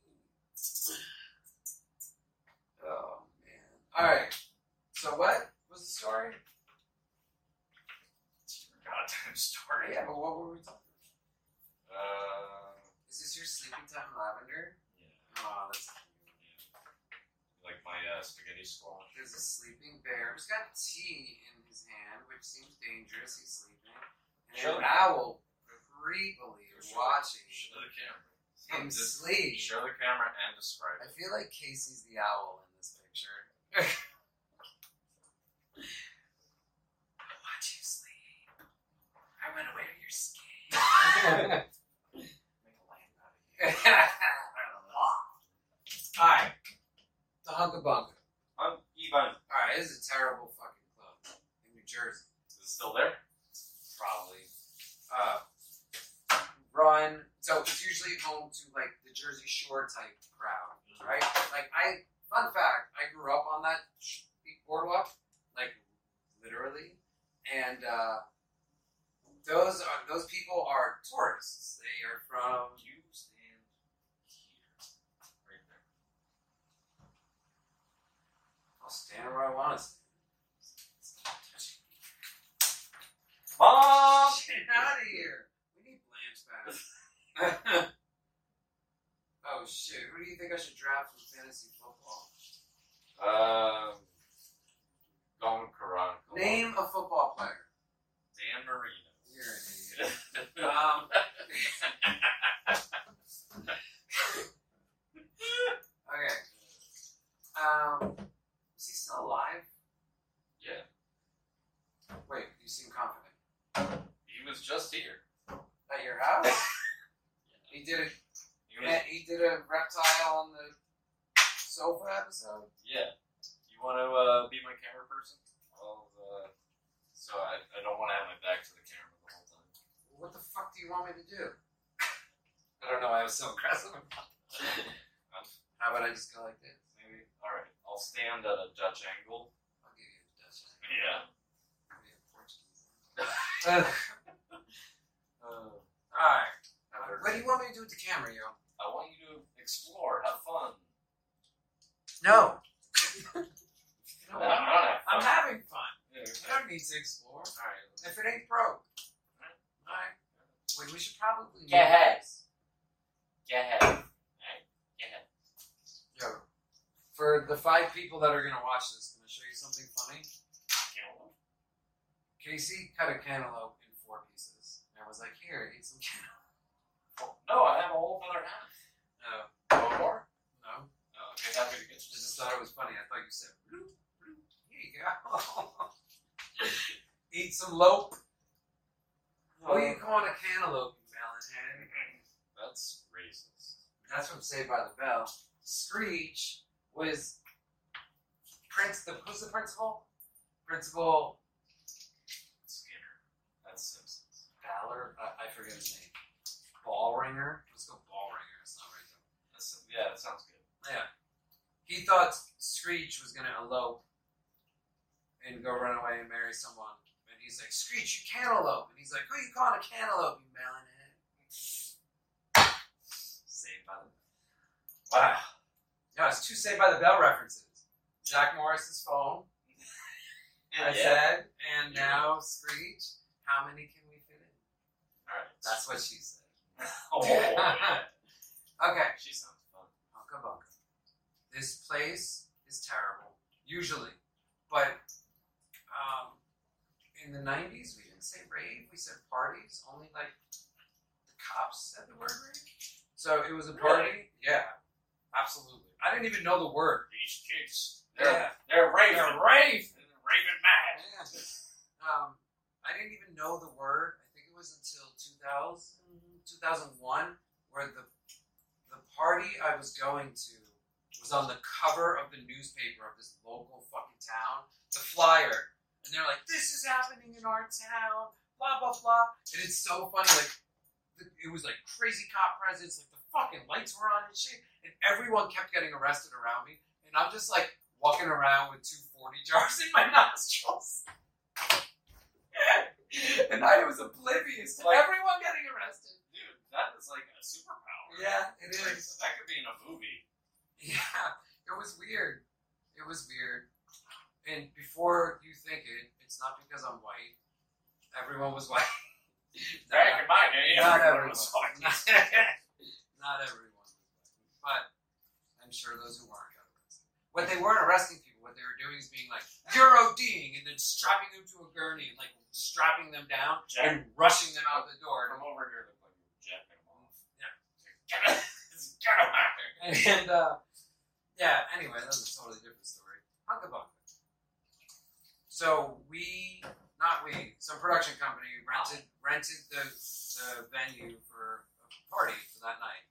[SPEAKER 2] Oh man. Alright. So what was the story?
[SPEAKER 6] It's your goddamn story.
[SPEAKER 2] Yeah, but what were we talking about?
[SPEAKER 6] Uh,
[SPEAKER 2] Is this your sleeping time lavender?
[SPEAKER 6] yeah.
[SPEAKER 2] Oh, that's
[SPEAKER 6] Yeah. uh, spaghetti squash.
[SPEAKER 2] There's a sleeping bear who's got tea in his hand, which seems dangerous. He's sleeping. And
[SPEAKER 6] Show
[SPEAKER 2] an
[SPEAKER 6] me.
[SPEAKER 2] owl creepily is
[SPEAKER 6] Show-
[SPEAKER 2] watching
[SPEAKER 6] Show the camera.
[SPEAKER 2] him
[SPEAKER 6] Just
[SPEAKER 2] sleep.
[SPEAKER 6] show the camera and describe
[SPEAKER 2] I
[SPEAKER 6] it.
[SPEAKER 2] feel like Casey's the owl in this picture. I watch you sleep. I went away to your skin.
[SPEAKER 6] Make a lamp out of you.
[SPEAKER 2] Alright. The Hunka Bunka.
[SPEAKER 6] I'm Um, Ivan.
[SPEAKER 2] Alright, this is a terrible fucking club in New Jersey.
[SPEAKER 6] Is it still there?
[SPEAKER 2] probably. Uh, run. So it's usually home to like the Jersey Shore type crowd, right? Like I, fun fact, I grew up on that sh- boardwalk, like literally, and uh, those are those people are tourists. They are from
[SPEAKER 6] You stand here. Right there.
[SPEAKER 2] I'll stand where I want to. stand.
[SPEAKER 6] Mom!
[SPEAKER 2] Get out of here! We need Blanche back. Oh shit! Who do you think I should draft from fantasy football?
[SPEAKER 6] um, Don Karan.
[SPEAKER 2] Name a football player.
[SPEAKER 6] Dan Marino.
[SPEAKER 2] You're an idiot.
[SPEAKER 6] um,
[SPEAKER 2] Okay. Um, is he still alive?
[SPEAKER 6] yeah,
[SPEAKER 2] Wait, you seem confident.
[SPEAKER 6] he was just here.
[SPEAKER 2] At your house? he did a
[SPEAKER 6] He was,
[SPEAKER 2] yeah, he did a reptile on the sofa episode.
[SPEAKER 6] yeah. You want to uh, be my camera person? Well, uh, so I, I don't want to have my back to the camera the whole time.
[SPEAKER 2] What the fuck do you want me to do? I don't know. I was so aggressive. How about I just go like this?
[SPEAKER 6] Maybe. All right. I'll stand at a Dutch angle.
[SPEAKER 2] I'll give you a Dutch accent.
[SPEAKER 6] Yeah.
[SPEAKER 2] I'll be a Portuguese. Uh, All right. What do you want me to do with the camera, yo?
[SPEAKER 6] I want you to explore, have fun.
[SPEAKER 2] No.
[SPEAKER 6] No, I don't wanna have
[SPEAKER 2] I'm
[SPEAKER 6] fun.
[SPEAKER 2] having fun.
[SPEAKER 6] Yeah,
[SPEAKER 2] I
[SPEAKER 6] exactly.
[SPEAKER 2] don't need to explore.
[SPEAKER 6] All right.
[SPEAKER 2] If it ain't broke. Alright. Wait, we should probably.
[SPEAKER 6] Get ahead. Get ahead. All right. Get ahead.
[SPEAKER 2] Yo, for the five people that are gonna watch this, can I show you something funny?
[SPEAKER 6] Cantaloupe.
[SPEAKER 2] Casey cut a cantaloupe in four pieces. And I was like, here, eat some cantaloupe.
[SPEAKER 6] No, I have a whole other half.
[SPEAKER 2] No.
[SPEAKER 6] One more?
[SPEAKER 2] No?
[SPEAKER 6] No, okay, happy to
[SPEAKER 2] I
[SPEAKER 6] get you.
[SPEAKER 2] just thought it was funny. I thought you said, bloop, bloop. here you go. eat some lope. What are you calling a cantaloupe, you melonhead?
[SPEAKER 6] That's racist.
[SPEAKER 2] That's from Saved by the Bell. Screech was Prince. The who's the principal? Principal
[SPEAKER 6] Skinner. That's Simpsons.
[SPEAKER 2] Balor. I, I forget his name. Ballringer. Let's go Ballringer. It's not right though.
[SPEAKER 6] That's, yeah, that sounds good.
[SPEAKER 2] He thought Screech was gonna elope and go run away and marry someone, and he's like, "Screech, you cantaloupe," and he's like, "Who you calling a cantaloupe, you melonhead?" Saved by the Bell.
[SPEAKER 6] Wow.
[SPEAKER 2] No, it's two Saved by the Bell references. Jack Morris's phone. I said, and
[SPEAKER 6] Yeah.
[SPEAKER 2] now Screech. How many can we fit in?
[SPEAKER 6] Alright.
[SPEAKER 2] That's what she said.
[SPEAKER 6] oh, yeah.
[SPEAKER 2] Okay,
[SPEAKER 6] She sounds fun.
[SPEAKER 2] Hunka Bunka. This place is terrible, usually, but um, in the '90s we didn't say rave; we said parties. Only like the cops said the word rave. So it was a party. Yeah, absolutely. I didn't even know the word.
[SPEAKER 6] These kids.
[SPEAKER 2] Yeah.
[SPEAKER 6] They're raving.
[SPEAKER 2] They're
[SPEAKER 6] raving. Raving mad.
[SPEAKER 2] Um, I didn't even know the word. I think it was until 2000, 2001, where the the party I was going to was on the cover of the newspaper of this local fucking town, the flyer, and they're like, "This is happening in our town," blah blah blah, and it's so funny. Like, th- it was like crazy cop presence. Like the fucking lights were on and shit, and everyone kept getting arrested around me, and I'm just like walking around with two forty jars in my nostrils. and I was oblivious to
[SPEAKER 6] Like-
[SPEAKER 2] everyone getting arrested.
[SPEAKER 6] Dude, that is like a superpower.
[SPEAKER 2] Yeah, it
[SPEAKER 6] Like,
[SPEAKER 2] is.
[SPEAKER 6] that could be in a movie.
[SPEAKER 2] Yeah, it was weird. It was weird. And before you think it, it's not because I'm white. Everyone was white.
[SPEAKER 6] Back in my day,
[SPEAKER 2] not
[SPEAKER 6] everyone
[SPEAKER 2] everyone.
[SPEAKER 6] was fucking.
[SPEAKER 2] Not, everyone was white. But I'm sure those who weren't got arrested. What they weren't arresting people. What they were doing is being like, "You're ODing," and then strapping them to a gurney and like strapping them down and rushing them out the door.
[SPEAKER 8] From over here, look like you're jacking them off.
[SPEAKER 2] Yeah.
[SPEAKER 8] Get him, get him out there.
[SPEAKER 2] And uh, yeah, anyway, that was a totally different story. Hunkabunk. So we, not we, some production company rented rented the, the venue for a party for that night.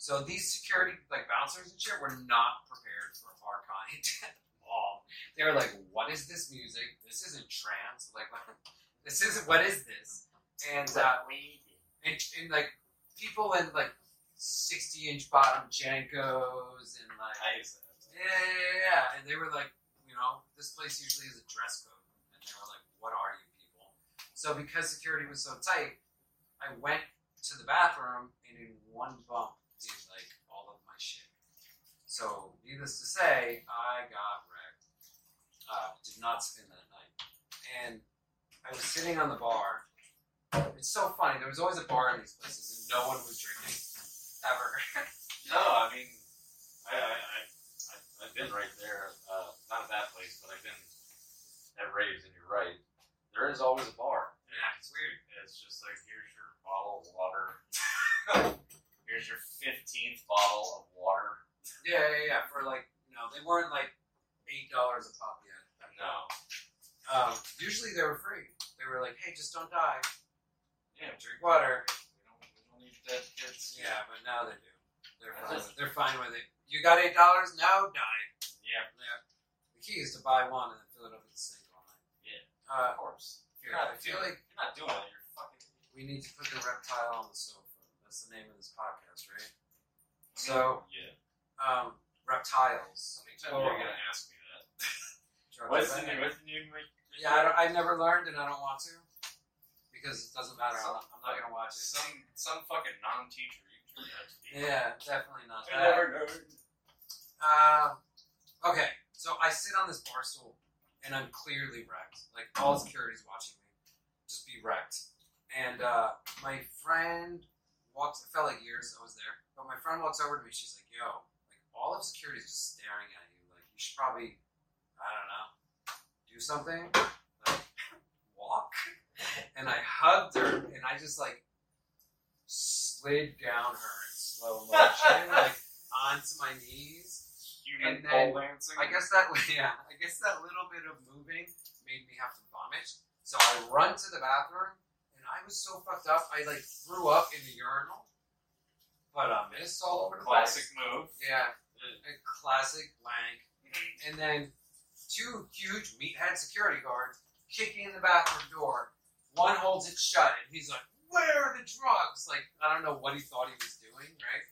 [SPEAKER 2] So these security, like bouncers and shit, were not prepared for our kind at all. They were like, "What is this music? This isn't trance. Like, what- this isn't what is this?" And uh, and, and like people in like 60 inch bottom Jankos and like
[SPEAKER 8] I used that.
[SPEAKER 2] yeah, yeah, yeah. And they were like, you know, this place usually is a dress code. And they were like, what are you people? So because security was so tight, I went to the bathroom and in one bump did like all of my shit. So needless to say, I got wrecked. Uh, did not spin that night. And I was sitting on the bar. It's so funny. There was always a bar in these places and no one was drinking. Ever.
[SPEAKER 6] No, I mean, I, I, I, I- I've been right there. Uh, not at that place, but I've been at raves, and you're right. There is always a bar.
[SPEAKER 8] Yeah, it's weird. It's just like here's your bottle of water. here's your fifteenth bottle of water.
[SPEAKER 2] Yeah, yeah, yeah. For like, you know, they weren't like eight dollars a pop yet.
[SPEAKER 6] No.
[SPEAKER 2] Um, usually they were free. They were like, hey, just don't die.
[SPEAKER 6] Yeah,
[SPEAKER 2] Drink water.
[SPEAKER 6] we don't, we don't need dead kids.
[SPEAKER 2] Yeah, but now they do. They're
[SPEAKER 6] That's
[SPEAKER 2] fine.
[SPEAKER 6] just-
[SPEAKER 2] They're fine with it. You got eight dollars now, die.
[SPEAKER 8] Yeah.
[SPEAKER 2] Yeah. The key is to buy one and then fill it up with the sink all night.
[SPEAKER 6] Yeah.
[SPEAKER 2] Uh,
[SPEAKER 6] Of course.
[SPEAKER 2] here, I feel like
[SPEAKER 6] You're not doing it. You're fucking.
[SPEAKER 2] we need to put the reptile on the sofa. That's the name of this podcast, right? So,
[SPEAKER 6] Yeah.
[SPEAKER 2] um, reptiles.
[SPEAKER 6] How many times are you gonna ask me that?
[SPEAKER 8] What's the name? What's the name? Like,
[SPEAKER 2] Yeah, I don't, I've never learned and I don't want to because it doesn't matter. I'm not, I'm not gonna watch it.
[SPEAKER 6] Some some fucking non-teacher you turned out to be.
[SPEAKER 2] Yeah, definitely
[SPEAKER 8] I
[SPEAKER 2] not that.
[SPEAKER 8] never know.
[SPEAKER 2] Uh, okay, so I sit on this bar stool and I'm clearly wrecked. Like all security's watching me, just be wrecked. And uh, my friend walks. It felt like years I was there, but my friend walks over to me. She's like, "Yo, like all of security's just staring at you. Like you should probably, I don't know, do something, like walk." And I hugged her and I just like slid down her in slow motion, like onto my knees.
[SPEAKER 8] Human
[SPEAKER 2] And then-
[SPEAKER 8] pole dancing.
[SPEAKER 2] I guess that yeah, I guess that little bit of moving made me have to vomit. So I run to the bathroom and I was so fucked up I like threw up in the urinal. But I missed all over the
[SPEAKER 8] classic move.
[SPEAKER 2] Place. Yeah. A classic blank. And then two huge meathead security guards kicking in the bathroom door. One holds it shut and he's like, Where are the drugs? Like I don't know what he thought he was doing, right?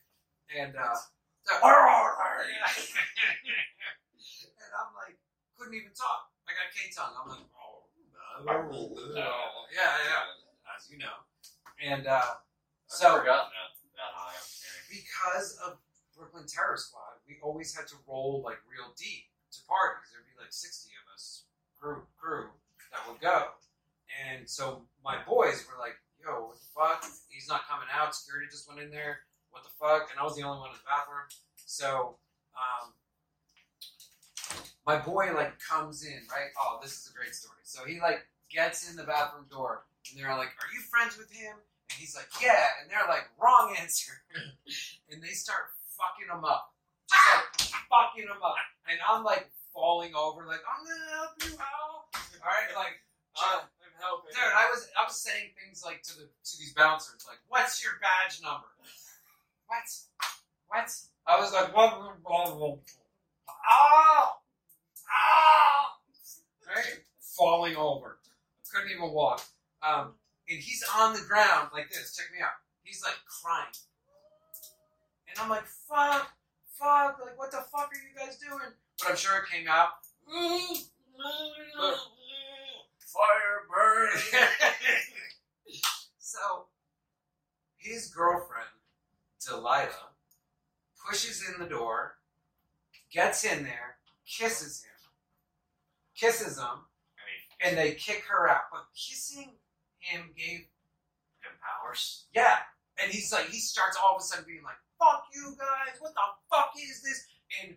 [SPEAKER 2] And uh so- and I'm like, couldn't even talk. I got K tongue. I'm like, oh, yeah, yeah, as you know. And uh,
[SPEAKER 6] I've
[SPEAKER 2] so
[SPEAKER 6] forgotten that, that high up there.
[SPEAKER 2] because of Brooklyn Terror Squad, we always had to roll like real deep to parties. There'd be like 60 of us, crew, crew, that would go. And so my boys were like, yo, what the fuck? He's not coming out. Security just went in there. What the fuck? And I was the only one in the bathroom. So um, my boy like comes in, right? Oh, this is a great story. So he like gets in the bathroom door and they're like, Are you friends with him? And he's like, Yeah, and they're like, wrong answer. and they start fucking him up. Just like fucking him up. And I'm like falling over, like, I'm gonna help you out. Alright, like uh,
[SPEAKER 6] Ah, I'm helping.
[SPEAKER 2] Dude, I was I was saying things like to the to these bouncers, like, "What's your badge number?" What? What? I was like, "Blah blah blah blah." Ah! Ah! Right, falling over, couldn't even walk. Um, and he's on the ground like this. Check me out. He's like crying, and I'm like, "Fuck, fuck! Like, what the fuck are you guys doing?" But I'm sure it came out.
[SPEAKER 6] Fire burn.
[SPEAKER 2] so his girlfrind, Delilah, pushes in the door, gets in there, kisses him, kisses him,
[SPEAKER 8] I mean,
[SPEAKER 2] and they kick her out. But kissing him gave
[SPEAKER 8] empowers.
[SPEAKER 2] yeah. And he's like, he starts all of a sudden being like, fuck you guys, what the fuck is this? And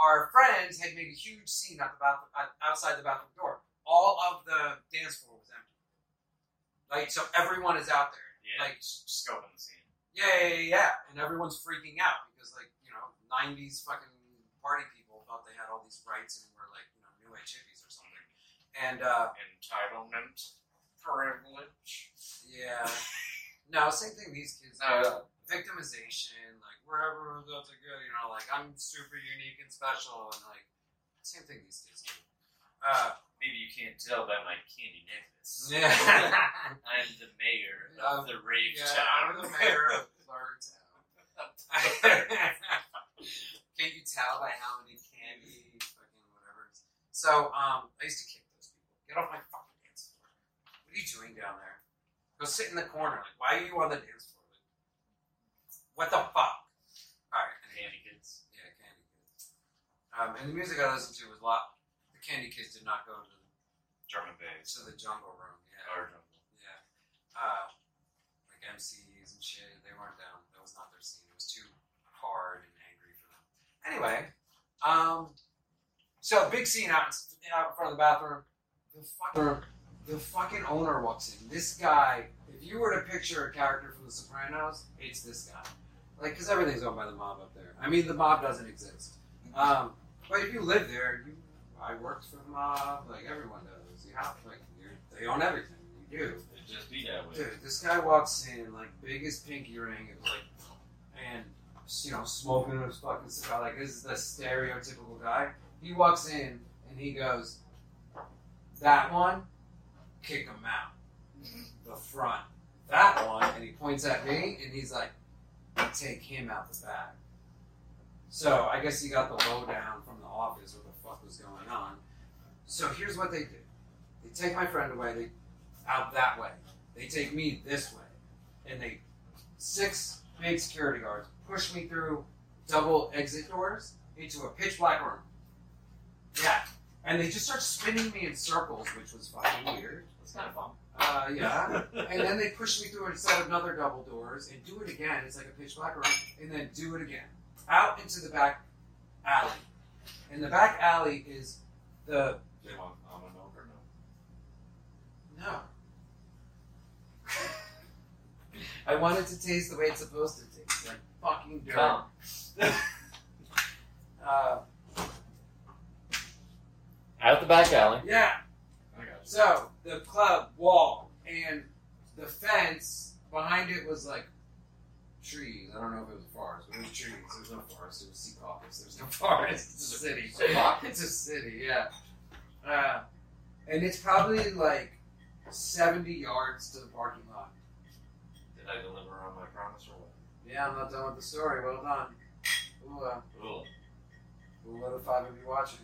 [SPEAKER 2] our friends had made a huge scene out the bathroom, out- outside the bathroom door. All of the dance floor was empty. Like, so everyone is out there.
[SPEAKER 8] Yeah, like
[SPEAKER 2] Like-
[SPEAKER 8] scoping the scene.
[SPEAKER 2] Yeah, yeah, yeah. And everyone's freaking out because, like, you know, 90s fucking party people thought they had all these rights and were, like, you know, new age hippies or something. And, uh,
[SPEAKER 8] Entitlement, privilege.
[SPEAKER 2] yeah. No, same thing these kids
[SPEAKER 6] No,
[SPEAKER 2] do. Victimization, like, wherever everyone's got to go, you know, like, I'm super unique and special. And, like, same thing these kids do. Uh,
[SPEAKER 8] Maybe you can't tell by my candy necklace.
[SPEAKER 2] yeah.
[SPEAKER 8] I'm the mayor
[SPEAKER 2] Um,
[SPEAKER 8] of the rave
[SPEAKER 2] Yeah,
[SPEAKER 8] town.
[SPEAKER 2] I'm the mayor of Fleur Town. Can you tell by how many candy, fucking whatever? So, um, I used to kick those people. Get off my fucking dance floor. What are you doing down there? Go sit in the corner. Like, why are you on the dance floor? Like, what the fuck? All right.
[SPEAKER 8] Candy
[SPEAKER 2] anyway.
[SPEAKER 8] kids.
[SPEAKER 2] Yeah, Candy Kids. Um, and the music I listened to was a lot. The Candy Kids did not go to the,
[SPEAKER 8] Drum and bass.
[SPEAKER 2] to the jungle room. Yeah.
[SPEAKER 8] Or drum.
[SPEAKER 2] Yeah. Uh, like MCs and shit, they weren't down. That was not their scene. It was too hard and angry for them. Anyway, um, so big scene out, in- out in front of the bathroom. The fucking, the fucking owner walks in. This guy, if you were to picture a character from The Sopranos, it's this guy. Like, because everything's owned by the mob up there. I mean, the mob doesn't exist. Um, but if you live there, you, I worked for the mob, like everyone does. You have, like, you're, they own everything. You do.
[SPEAKER 8] It'd just be that way.
[SPEAKER 2] Dude, this guy walks in like biggest pinky ring, and, like, and you know smoking his fucking cigar. Like this is the stereotypical guy. He walks in and he goes, "That one, kick him out the front. That one." And he points at me and he's like, "Take him out the back." So I guess he got the lowdown from the office what the fuck was going on. So here's what they do: they take my friend away. They out that way. They take me this way, and they six big security guards push me through double exit doors into a pitch black room. Yeah, and they just start spinning me in circles, which was fucking weird.
[SPEAKER 8] That's kind of fun.
[SPEAKER 2] Uh, yeah, and then they push me through a set of another double doors and do it again. It's like a pitch black room, and then do it again out into the back alley. And the back alley is the
[SPEAKER 8] They want almond milk or no?
[SPEAKER 2] No. I want it to taste the way it's supposed to taste, like fucking dirt.
[SPEAKER 8] Come.
[SPEAKER 2] Uh,
[SPEAKER 5] Out the back alley.
[SPEAKER 2] yeah,
[SPEAKER 8] I got you.
[SPEAKER 2] So the club wall and the fence behind it was like trees. I don't know if it was forest, but it was trees. There's no forest. It was sea caucus. There's no forest. It's a city. It's a city. Yeah. Uh, and it's probably like seventy yards to the parking lot.
[SPEAKER 8] Did I deliver on my promise or what?
[SPEAKER 2] Yeah, I'm not done with the story. Well done. Ooh, uh,
[SPEAKER 8] Cool.
[SPEAKER 2] ooh, what if I would be watching?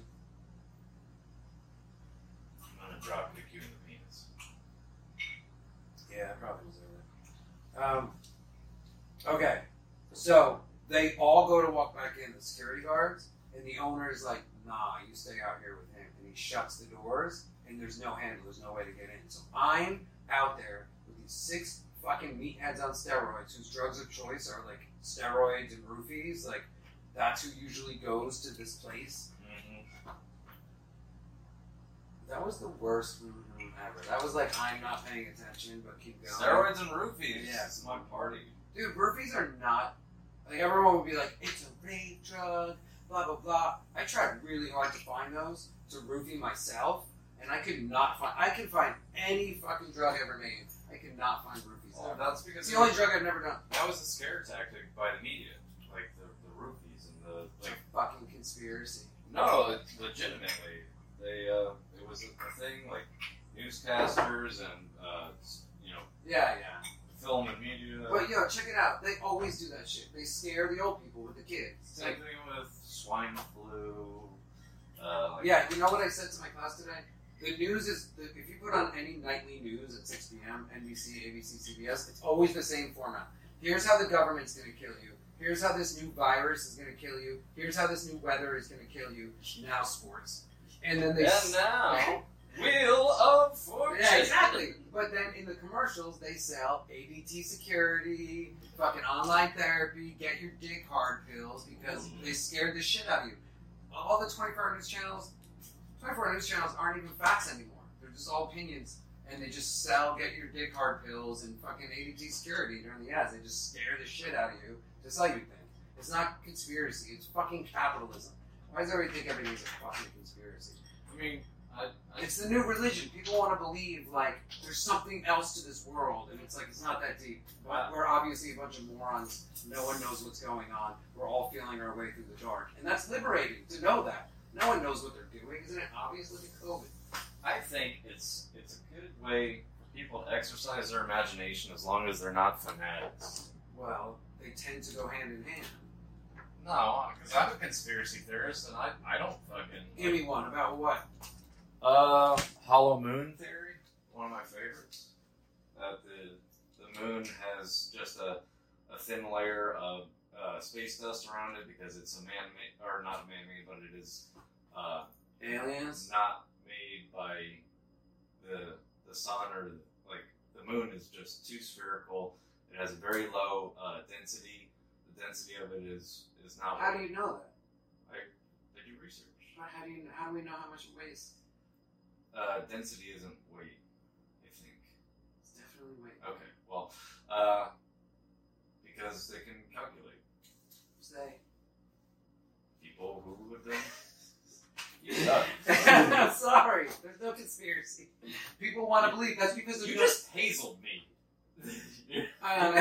[SPEAKER 8] I'm gonna drop kick you in the penis.
[SPEAKER 2] Yeah, I probably deserve it. Um, okay, so they all go to walk back in, the security guards, and the owner is like, nah, you stay out here with him. And he shuts the doors, and there's no handle, there's no way to get in. So I'm out there with these six fucking meatheads on steroids whose drugs of choice are like steroids and roofies. Like, that's who usually goes to this place.
[SPEAKER 8] Mm-hmm.
[SPEAKER 2] That was the worst mm-hmm ever. That was like, I'm not paying attention, but keep going.
[SPEAKER 6] Steroids and roofies.
[SPEAKER 2] Yeah.
[SPEAKER 6] it's my party.
[SPEAKER 2] Dude, burpees are not like everyone would be like, it's a rain drug, blah blah blah. I tried really hard to find those to roofie myself, and I could not find. I can find any fucking drug ever made. I could not find roofies.
[SPEAKER 6] Oh,
[SPEAKER 2] ever.
[SPEAKER 6] that's
[SPEAKER 2] It's
[SPEAKER 6] because
[SPEAKER 2] the only drug I've never done.
[SPEAKER 6] that was a scare tactic by the media, like the, the roofies and the
[SPEAKER 2] It's
[SPEAKER 6] like.
[SPEAKER 2] a fucking conspiracy.
[SPEAKER 6] No, it, legitimately, they uh, it was a, a thing like newscasters and uh, s- you know
[SPEAKER 2] Yeah, yeah.
[SPEAKER 6] film and media.
[SPEAKER 2] But yo, check it out. They always do that shit. They scare the old people with the kids.
[SPEAKER 6] Same
[SPEAKER 2] Like,
[SPEAKER 6] thing with swine flu. Uh, like,
[SPEAKER 2] Yeah, you know what I said to my class today? The news is the, if you put on any nightly news at 6 p.m., NBC, ABC, CBS, it's always the same format. Here's how the government's going to kill you. Here's how this new virus is going to kill you. Here's how this new weather is going to kill you. Now sports, and then they
[SPEAKER 6] And now, Wheel of Fortune.
[SPEAKER 2] yeah exactly. But then in the commercials they sell ADT security, fucking online therapy, get your dick hard pills because they scared the shit out of you. Of all the 24 news channels, 24 news channels aren't even facts anymore. They're just all opinions, and they just sell get your dick hard pills and fucking ADT security during the ads. They just scare the shit out of you to sell you things. It's not conspiracy. It's fucking capitalism. Why does everybody think everything's a fucking conspiracy?
[SPEAKER 6] I mean, I, I,
[SPEAKER 2] It's the new religion. People want to believe like there's something else to this world, and it's like it's not that deep. But we're obviously a bunch of morons. No one knows what's going on. We're all feeling our way through the dark, and that's liberating to know that. No one knows what they're doing. Isn't it obvious? Look at COVID.
[SPEAKER 6] I think it's it's a good way for people to exercise their imagination as long as they're not fanatics.
[SPEAKER 2] Well, they tend to go hand in hand.
[SPEAKER 8] No, because I'm a conspiracy theorist, and I, I don't fucking.
[SPEAKER 2] Give me one about what?
[SPEAKER 6] Uh, Hollow Moon Theory, one of my favorites. That the, the moon has just a, a thin layer of uh, space dust around it because it's a man made, or not man made, but it is uh,
[SPEAKER 2] Aliens.
[SPEAKER 6] not made by the, the sun or like the moon is just too spherical. It has a very low uh, density. The density of it is, is not
[SPEAKER 2] How
[SPEAKER 6] what
[SPEAKER 2] do you know that?
[SPEAKER 6] they do research.
[SPEAKER 2] But How do you? How do we know how much it weighs?
[SPEAKER 6] Uh, density isn't weight, I think.
[SPEAKER 2] It's definitely weight.
[SPEAKER 6] Okay, well, uh, because they can calculate.
[SPEAKER 2] Say.
[SPEAKER 6] People who have done. You suck.
[SPEAKER 2] I'm sorry. There's no conspiracy. People want to believe. That's because there's
[SPEAKER 6] you
[SPEAKER 2] no
[SPEAKER 6] just hazeled me.
[SPEAKER 2] Um,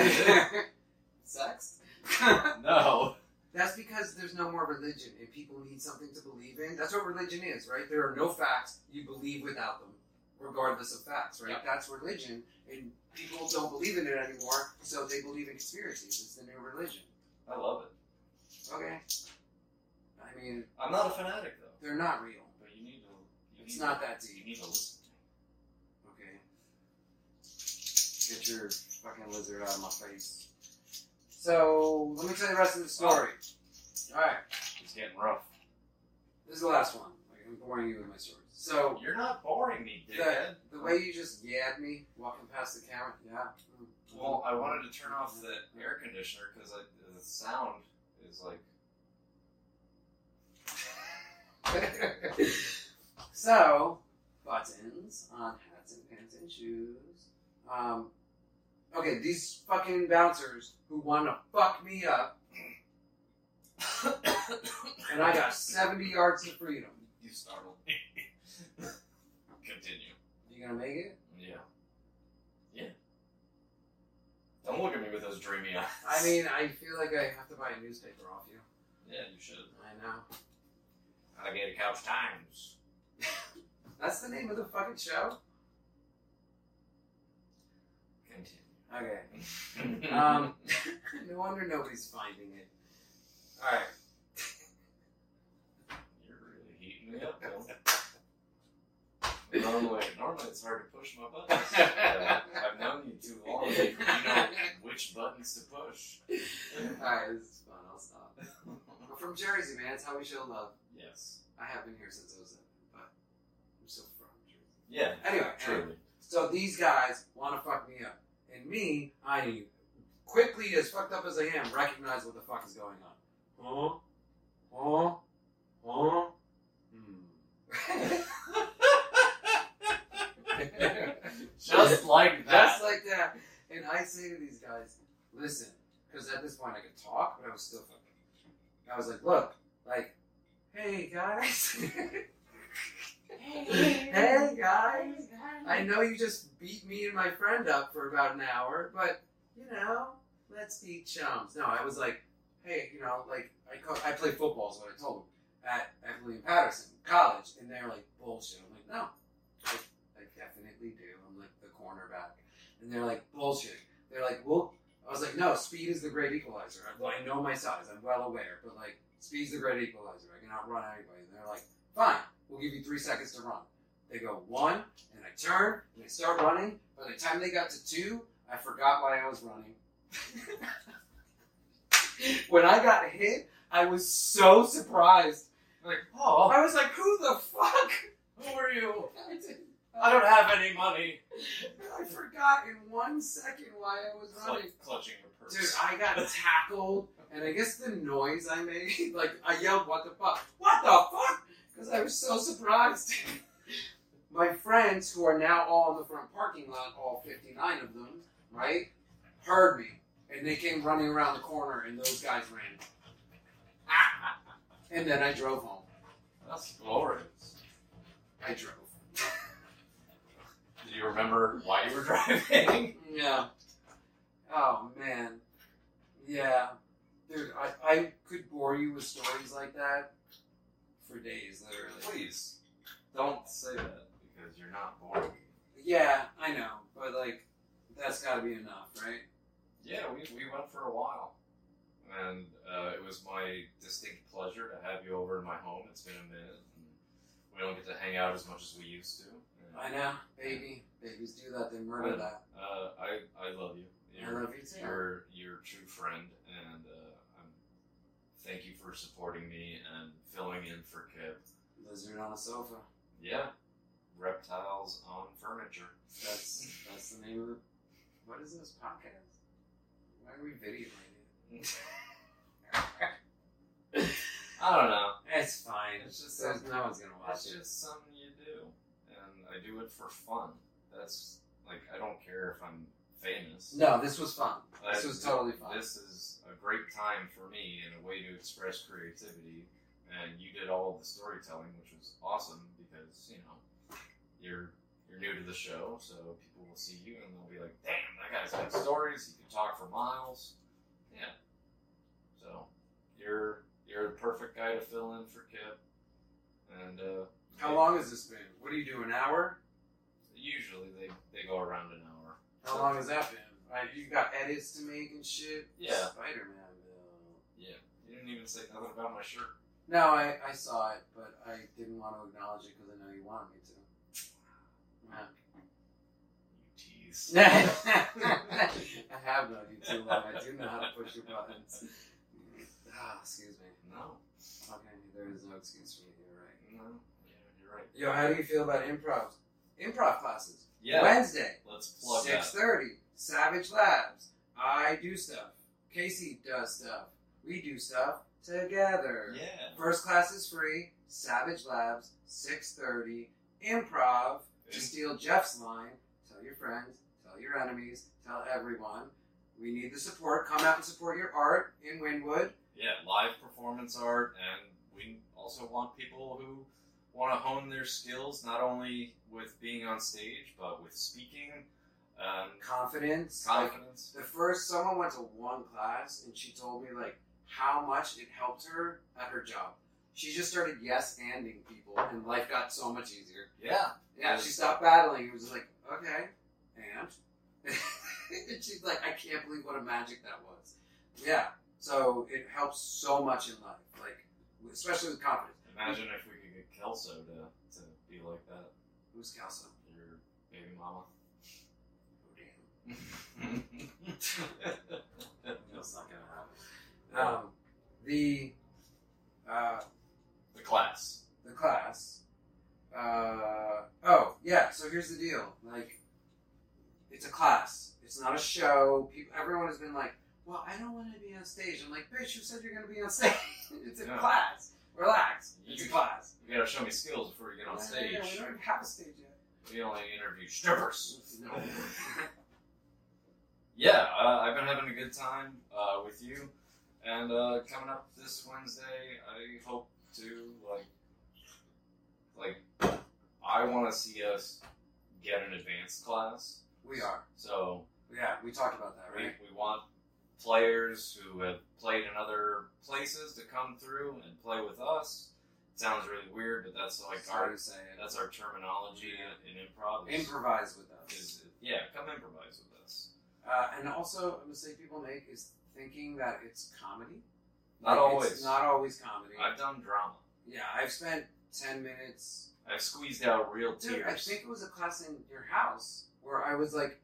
[SPEAKER 2] Sex?
[SPEAKER 6] no.
[SPEAKER 2] That's because there's no more religion and people need something to believe in. That's what religion is, right? There are no facts. You believe without them, regardless of facts, right?
[SPEAKER 6] Yeah.
[SPEAKER 2] That's religion, and people don't believe in it anymore, so they believe in conspiracies. It's the new religion.
[SPEAKER 6] I love it.
[SPEAKER 2] Okay. I mean,
[SPEAKER 6] I'm not a fanatic, though.
[SPEAKER 2] they're not real.
[SPEAKER 6] But you need to. You
[SPEAKER 2] It's
[SPEAKER 6] need
[SPEAKER 2] not
[SPEAKER 6] to-
[SPEAKER 2] that deep.
[SPEAKER 6] You need to listen.
[SPEAKER 2] Okay. Get your fucking lizard out of my face. So, let me tell you the rest of the story. Alright,
[SPEAKER 6] It's getting rough.
[SPEAKER 2] this is the last one. Like, I'm boring you with my stories. So,
[SPEAKER 6] You're not boring me,
[SPEAKER 2] the,
[SPEAKER 6] dickhead.
[SPEAKER 2] the way you just yabbed me walking past the camera, yeah. mm,
[SPEAKER 6] Well, I wanted to turn off the air conditioner because the sound is like.
[SPEAKER 2] so, buttons on hats and pants and shoes. Um, okay, these fucking bouncers who want to fuck me up, and I got 70 yards to freedom.
[SPEAKER 6] You startled me. Continue.
[SPEAKER 2] You gonna make it?
[SPEAKER 6] Yeah. Yeah. Don't look at me with those dreamy eyes.
[SPEAKER 2] I mean, I feel like I have to buy a newspaper off you.
[SPEAKER 6] yeah, you should.
[SPEAKER 2] I know.
[SPEAKER 6] Alligator Couch Times.
[SPEAKER 2] That's the name of the fucking show? Okay.
[SPEAKER 6] Continue.
[SPEAKER 2] Um, no wonder nobody's finding it. Alright.
[SPEAKER 6] You're really heating me up, Bill. normally, normally it's hard to push my buttons. Uh, I've known you too long. You know which buttons to push.
[SPEAKER 2] Alright, this is fun. I'll stop. I'm from Jersey, man. It's how we show love.
[SPEAKER 6] yes.
[SPEAKER 2] I have been here since I was seven, but I'm still from Jersey.
[SPEAKER 6] Yeah.
[SPEAKER 2] Anyway, anyway,
[SPEAKER 6] Truly.
[SPEAKER 2] so these guys want to fuck me up, and me, I quickly as fucked up as I am, recognize what the fuck is going on. Huh? Huh? Huh? Hmm.
[SPEAKER 6] Just like
[SPEAKER 2] Just
[SPEAKER 6] that.
[SPEAKER 2] like that. And I say to these guys, listen, because at this point I could talk, but I was still fucking. I was like, look, like, hey guys. hey guys. I know you just beat me and my friend up for about an hour, but, you know, let's be chums. No, I was like, hey, you know, like, I, co- I play football, is what I told them at, at William Patterson College. And they're like, bullshit. I'm like, no, I, I definitely do. I'm like the cornerback. And they're like, bullshit. They're like, well, I was like, no, speed is the great equalizer. I, well, I know my size. I'm well aware. But like, speed's the great equalizer. I can outrun anybody. And they're like, fine, we'll give you three seconds to run. They go one, and I turn, and I start running. By the time they got to two, I forgot why I was running. when I got hit, I was so surprised.
[SPEAKER 6] Like, oh,
[SPEAKER 2] I was like, who the fuck?
[SPEAKER 6] who are you?
[SPEAKER 2] I didn't-
[SPEAKER 6] I don't have any money.
[SPEAKER 2] I forgot in one second why I was
[SPEAKER 6] Clu-
[SPEAKER 2] running.
[SPEAKER 6] clutching your purse.
[SPEAKER 2] Dude, I got tackled and I guess the noise I made, like I yelled, "What the fuck? What the fuck?" Because I was so surprised. My friends, who are now all in the front parking lot, all 59 of them, right, heard me, and they came running around the corner, and those guys ran. Ah! And then I drove home.
[SPEAKER 6] That's glorious.
[SPEAKER 2] I drove.
[SPEAKER 6] Do you remember why you were driving?
[SPEAKER 2] Yeah. Oh man. Yeah. Dude, I, I could bore you with stories like that for days, literally.
[SPEAKER 6] Please, don't say that because you're not boring.
[SPEAKER 2] Yeah, I know, but like that's gotta be enough, right?
[SPEAKER 6] Yeah, we, we went for a while. And uh, it was my distinct pleasure to have you over in my home. It's been a minute. And we don't get to hang out as much as we used to. And,
[SPEAKER 2] I know, baby. Babies do that, they murder that.
[SPEAKER 6] uh, I, I love you.
[SPEAKER 2] I
[SPEAKER 6] You're,
[SPEAKER 2] love you too.
[SPEAKER 6] you're, you're a true friend. And uh, I'm, thank you for supporting me and filling in for Kip.
[SPEAKER 2] Lizard on a sofa.
[SPEAKER 6] Yeah, reptiles on furniture.
[SPEAKER 2] That's that's the name of the what is this podcast? Why are we videoing it?
[SPEAKER 6] I don't know.
[SPEAKER 2] It's fine. It's just there's no one's gonna watch
[SPEAKER 6] That's
[SPEAKER 2] it.
[SPEAKER 6] just something you do, and I do it for fun. That's like I don't care if I'm famous.
[SPEAKER 2] No, this was fun.
[SPEAKER 6] I-
[SPEAKER 2] This was totally fun.
[SPEAKER 6] Uh, This is a great time for me and a way to express creativity. And you did all of the storytelling, which was awesome because you know you're you're new to the show, so people will see you and they'll be like, "Damn, that guy's got stories. He can talk for miles." Yeah. So you're you're the perfect guy to fill in for Kip. And uh,
[SPEAKER 2] How long has this been? What do you do, an hour?
[SPEAKER 6] Usually they, they go around an hour.
[SPEAKER 2] How long has that been? Like, you got edits to make and shit.
[SPEAKER 6] Yeah.
[SPEAKER 2] Spider Man though.
[SPEAKER 6] Yeah. You didn't even say nothing about my shirt.
[SPEAKER 2] No, I, I saw it, but I didn't want to acknowledge it because I know you wanted me to.
[SPEAKER 6] You tease.
[SPEAKER 2] I have known you too long. I do know how to push your buttons. Ah, excuse me.
[SPEAKER 6] No.
[SPEAKER 2] Okay, there is no excuse for me. You're right.
[SPEAKER 6] No. Yeah, you're right.
[SPEAKER 2] Yo, how do you feel about improv? Improv classes.
[SPEAKER 6] Yeah.
[SPEAKER 2] Wednesday.
[SPEAKER 6] Let's plug
[SPEAKER 2] Six
[SPEAKER 6] that.
[SPEAKER 2] thirty. Savage Labs. I do stuff. Casey does stuff. We do stuff together.
[SPEAKER 6] Yeah.
[SPEAKER 2] First class is free. Savage Labs. Six thirty. Improv. To
[SPEAKER 6] Im-
[SPEAKER 2] steal Jeff's line. Tell your friends. Tell your enemies. Tell everyone. We need the support. Come out and support your art in Wynwood.
[SPEAKER 6] Yeah, live performance art, and we also want people who want to hone their skills, not only with being on stage, but with speaking, um,
[SPEAKER 2] Confidence. Like,
[SPEAKER 6] confidence.
[SPEAKER 2] The first, someone went to one class and she told me like how much it helped her at her job. She just started yes anding people, and life got so much easier.
[SPEAKER 6] Yeah.
[SPEAKER 2] Yeah, she stopped battling. It was just like, okay, and? and she's like, I can't believe what a magic that was. Yeah, so it helps so much in life, like especially with confidence.
[SPEAKER 6] Imagine if we could get Kelso to, to be like that,
[SPEAKER 2] Who's Kelso?
[SPEAKER 6] your baby mama.
[SPEAKER 2] Oh, damn.
[SPEAKER 6] the
[SPEAKER 2] That's not gonna happen. Um, the uh,
[SPEAKER 6] class.
[SPEAKER 2] the class. Uh, oh, yeah, so here's the deal. Like, it's a class, it's not a show. People, everyone has been like, well, I don't want to be on stage. I'm like, bitch, you said you're going to be on stage. it's a
[SPEAKER 6] Yeah.
[SPEAKER 2] class. Relax. It's a
[SPEAKER 6] You-
[SPEAKER 2] class.
[SPEAKER 6] You gotta show me skills before you get on stage.
[SPEAKER 2] Yeah, we don't even have a stage yet.
[SPEAKER 6] We only interview strippers.
[SPEAKER 2] No.
[SPEAKER 6] Yeah, uh, I've been having a good time uh, with you, and uh, coming up this Wednesday, I hope to like, like, I want to see us get an advanced class.
[SPEAKER 2] we are.
[SPEAKER 6] So
[SPEAKER 2] Yeah, we talked about that,
[SPEAKER 6] We,
[SPEAKER 2] right?
[SPEAKER 6] we want players who have played in other places to come through and play with us. It sounds really weird, but that's like
[SPEAKER 2] Sorry
[SPEAKER 6] our
[SPEAKER 2] to say it.
[SPEAKER 6] that's our terminology in, in improv. is-
[SPEAKER 2] Improvise with us.
[SPEAKER 6] is- yeah, come improvise with us.
[SPEAKER 2] Uh, and also, a mistake people make is thinking that it's comedy.
[SPEAKER 6] Not
[SPEAKER 2] Like, It's
[SPEAKER 6] always.
[SPEAKER 2] not always comedy.
[SPEAKER 6] I've done drama.
[SPEAKER 2] Yeah, I've spent 10 minutes.
[SPEAKER 6] I've squeezed out real
[SPEAKER 2] Dude, I
[SPEAKER 6] tears.
[SPEAKER 2] think it was a class in your house where I was like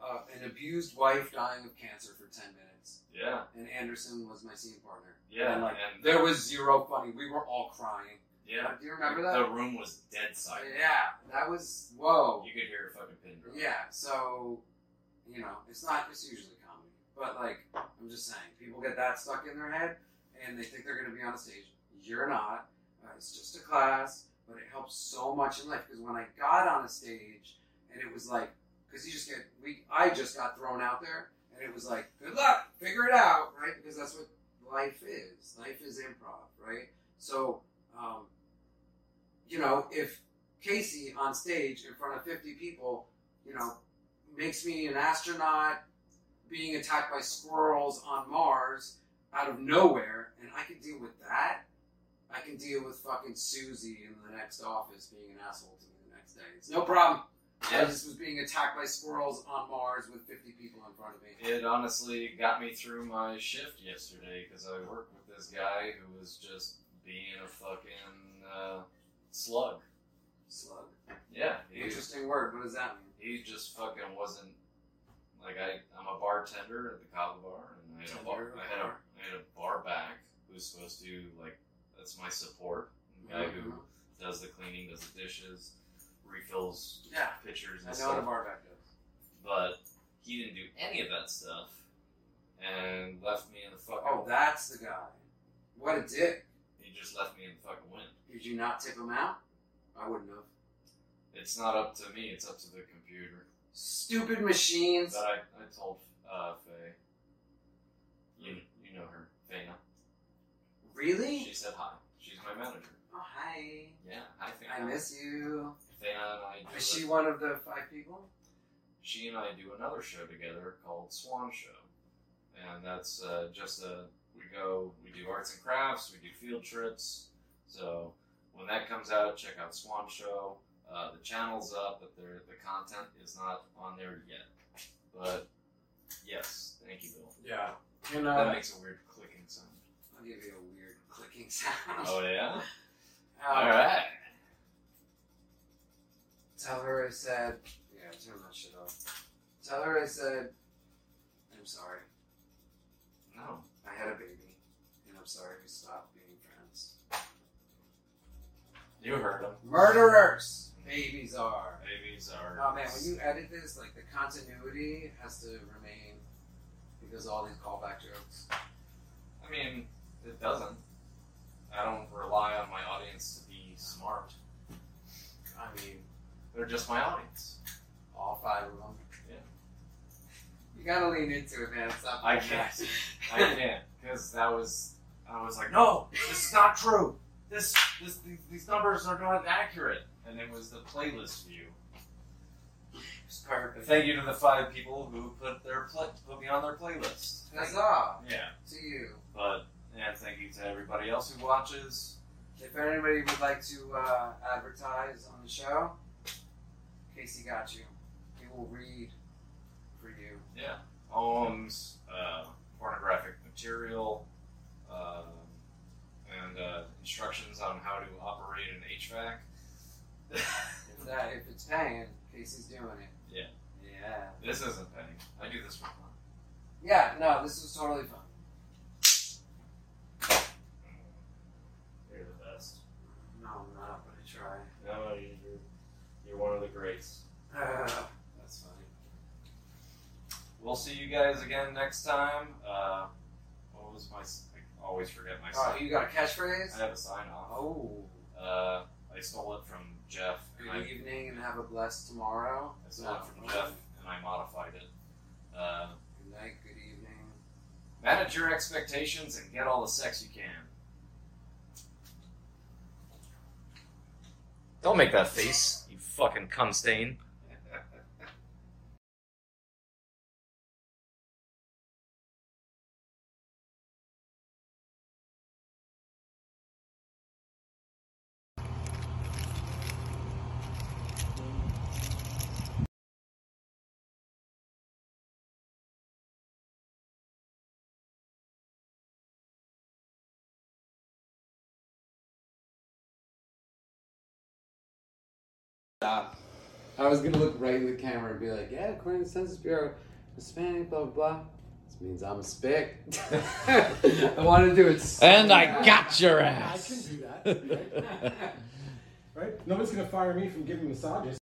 [SPEAKER 2] uh, an abused wife dying of cancer for 10 minutes.
[SPEAKER 6] yeah,
[SPEAKER 2] And Anderson was my scene partner.
[SPEAKER 6] yeah,
[SPEAKER 2] And, like,
[SPEAKER 6] and
[SPEAKER 2] there was zero funny. We were all crying.
[SPEAKER 6] yeah.
[SPEAKER 2] Do you remember
[SPEAKER 6] The
[SPEAKER 2] that?
[SPEAKER 6] room was dead silent.
[SPEAKER 2] yeah, that was, whoa.
[SPEAKER 6] You could hear a fucking pin drop.
[SPEAKER 2] Yeah, so, you know, it's not, it's usually comedy. But like, I'm just saying, people get that stuck in their head, and they think they're going to be on a stage. You're not. Uh, it's just a class, but it helps so much in life. Because when I got on a stage, and it was like, because you just get we, I just got thrown out there, and it was like, good luck, figure it out, right? Because that's what life is. Life is improv, right? So, um, you know, if Casey on stage in front of 50 people, you know, makes me an astronaut being attacked by squirrels on Mars out of nowhere, and I can deal with that. I can deal with fucking Susie in the next office being an asshole to me the next day. It's no problem. I just was being attacked by squirrels on Mars with 50 people in front of me.
[SPEAKER 6] It honestly got me through my shift yesterday because I worked with this guy who was just being a fucking uh, slug.
[SPEAKER 2] Slug.
[SPEAKER 6] Yeah, he,
[SPEAKER 2] Interesting word. What does that mean?
[SPEAKER 6] he just fucking wasn't like I. I'm a bartender at the Cava Bar, and I had a bar. I had a I had a bar back who's supposed to like that's my support the guy
[SPEAKER 2] Mm-hmm.
[SPEAKER 6] who does the cleaning, does the dishes, refills
[SPEAKER 2] Yeah,
[SPEAKER 6] pitchers
[SPEAKER 2] I
[SPEAKER 6] and
[SPEAKER 2] know what a
[SPEAKER 6] stuff.
[SPEAKER 2] barback is.
[SPEAKER 6] But he didn't do any of that stuff and left me in the fucking.
[SPEAKER 2] Oh, that's the guy. What a dick.
[SPEAKER 6] He just left me in the fucking wind.
[SPEAKER 2] Did you not tip him out? I wouldn't have.
[SPEAKER 6] It's not up to me. It's up to the computer.
[SPEAKER 2] Stupid machines.
[SPEAKER 6] But I, I told uh, Faye. You you know her, Faina.
[SPEAKER 2] Really?
[SPEAKER 6] She said hi. She's my manager.
[SPEAKER 2] Oh, hi.
[SPEAKER 6] Yeah, hi
[SPEAKER 2] I
[SPEAKER 6] Faina.
[SPEAKER 2] miss you.
[SPEAKER 6] Faina and I do.
[SPEAKER 2] Is she
[SPEAKER 6] a-
[SPEAKER 2] one of the five people?
[SPEAKER 6] she and I do another show together called Swan Show, and that's uh, just a we go we do arts and crafts, we do field trips. So when that comes out, check out Swan Show. Uh, the channel's up, but there, the content is not on there yet. But yes, thank you, Bill.
[SPEAKER 2] Yeah. You know,
[SPEAKER 6] That makes a weird clicking sound.
[SPEAKER 2] I'll give you a weird clicking sound.
[SPEAKER 6] Oh yeah.
[SPEAKER 2] Um,
[SPEAKER 6] All right.
[SPEAKER 2] Tell her I said. Yeah, turn that shit off. Tell her I said. I'm sorry.
[SPEAKER 6] No.
[SPEAKER 2] I had a baby, and I'm sorry we stopped being friends.
[SPEAKER 6] You heard him.
[SPEAKER 2] Murderers, babies are.
[SPEAKER 6] Babies are.
[SPEAKER 2] Oh man, when you edit this, like the continuity has to remain because all these callback jokes.
[SPEAKER 6] I mean, it doesn't. I don't rely on my audience to be smart.
[SPEAKER 2] I mean,
[SPEAKER 6] They're just my audience.
[SPEAKER 2] all five of them.
[SPEAKER 6] Yeah.
[SPEAKER 2] You gotta lean into it, man. Stop.
[SPEAKER 6] I
[SPEAKER 2] being
[SPEAKER 6] can't.
[SPEAKER 2] nice.
[SPEAKER 6] I can't because that was I was like, no, this is not true. This, this, these, these numbers are not accurate. And it was the playlist view.
[SPEAKER 2] It's perfect.
[SPEAKER 6] Thank you to the five people who put their pl- put me on their playlist.
[SPEAKER 2] Huzzah
[SPEAKER 6] Yeah,
[SPEAKER 2] to you.
[SPEAKER 6] but and thank you to everybody else who watches.
[SPEAKER 2] If anybody would like to uh, advertise on the show, Casey got you. He will read for you.
[SPEAKER 6] Yeah, poems, uh, pornographic material, um and uh, instructions on how to operate an HVAC.
[SPEAKER 2] If that if it's paying, Casey's doing it.
[SPEAKER 6] Yeah.
[SPEAKER 2] Yeah.
[SPEAKER 6] this isn't paying. I do this for fun.
[SPEAKER 2] Yeah. No, this was totally fun.
[SPEAKER 9] You're the best.
[SPEAKER 2] No, I'm not, but I try.
[SPEAKER 9] No, you're, you're one of the greats.
[SPEAKER 2] Uh,
[SPEAKER 6] That's funny. We'll see you guys again next time. Uh, what was my? s- I always forget my
[SPEAKER 2] oh,
[SPEAKER 6] sign.
[SPEAKER 2] you got a
[SPEAKER 6] I
[SPEAKER 2] catchphrase?
[SPEAKER 6] have a sign off.
[SPEAKER 2] Oh.
[SPEAKER 6] Uh, I stole it from Jeff.
[SPEAKER 2] Good
[SPEAKER 6] And I,
[SPEAKER 2] evening and have a blessed tomorrow.
[SPEAKER 6] I stole it from Jeff, and I modified it. Uh,
[SPEAKER 2] Good night. Good evening.
[SPEAKER 6] manage your expectations and get all the sex you can.
[SPEAKER 5] Don't make that face, you fucking cum stain.
[SPEAKER 2] Stop. I was gonna look right in the camera and be like, yeah, according to the Census Bureau, Hispanic, blah blah blah. This means I'm a spick. I want to do it. so
[SPEAKER 5] And I
[SPEAKER 2] bad.
[SPEAKER 5] got your
[SPEAKER 3] I
[SPEAKER 5] ass.
[SPEAKER 3] can do that. Right? Nobody's gonna fire me from giving massages.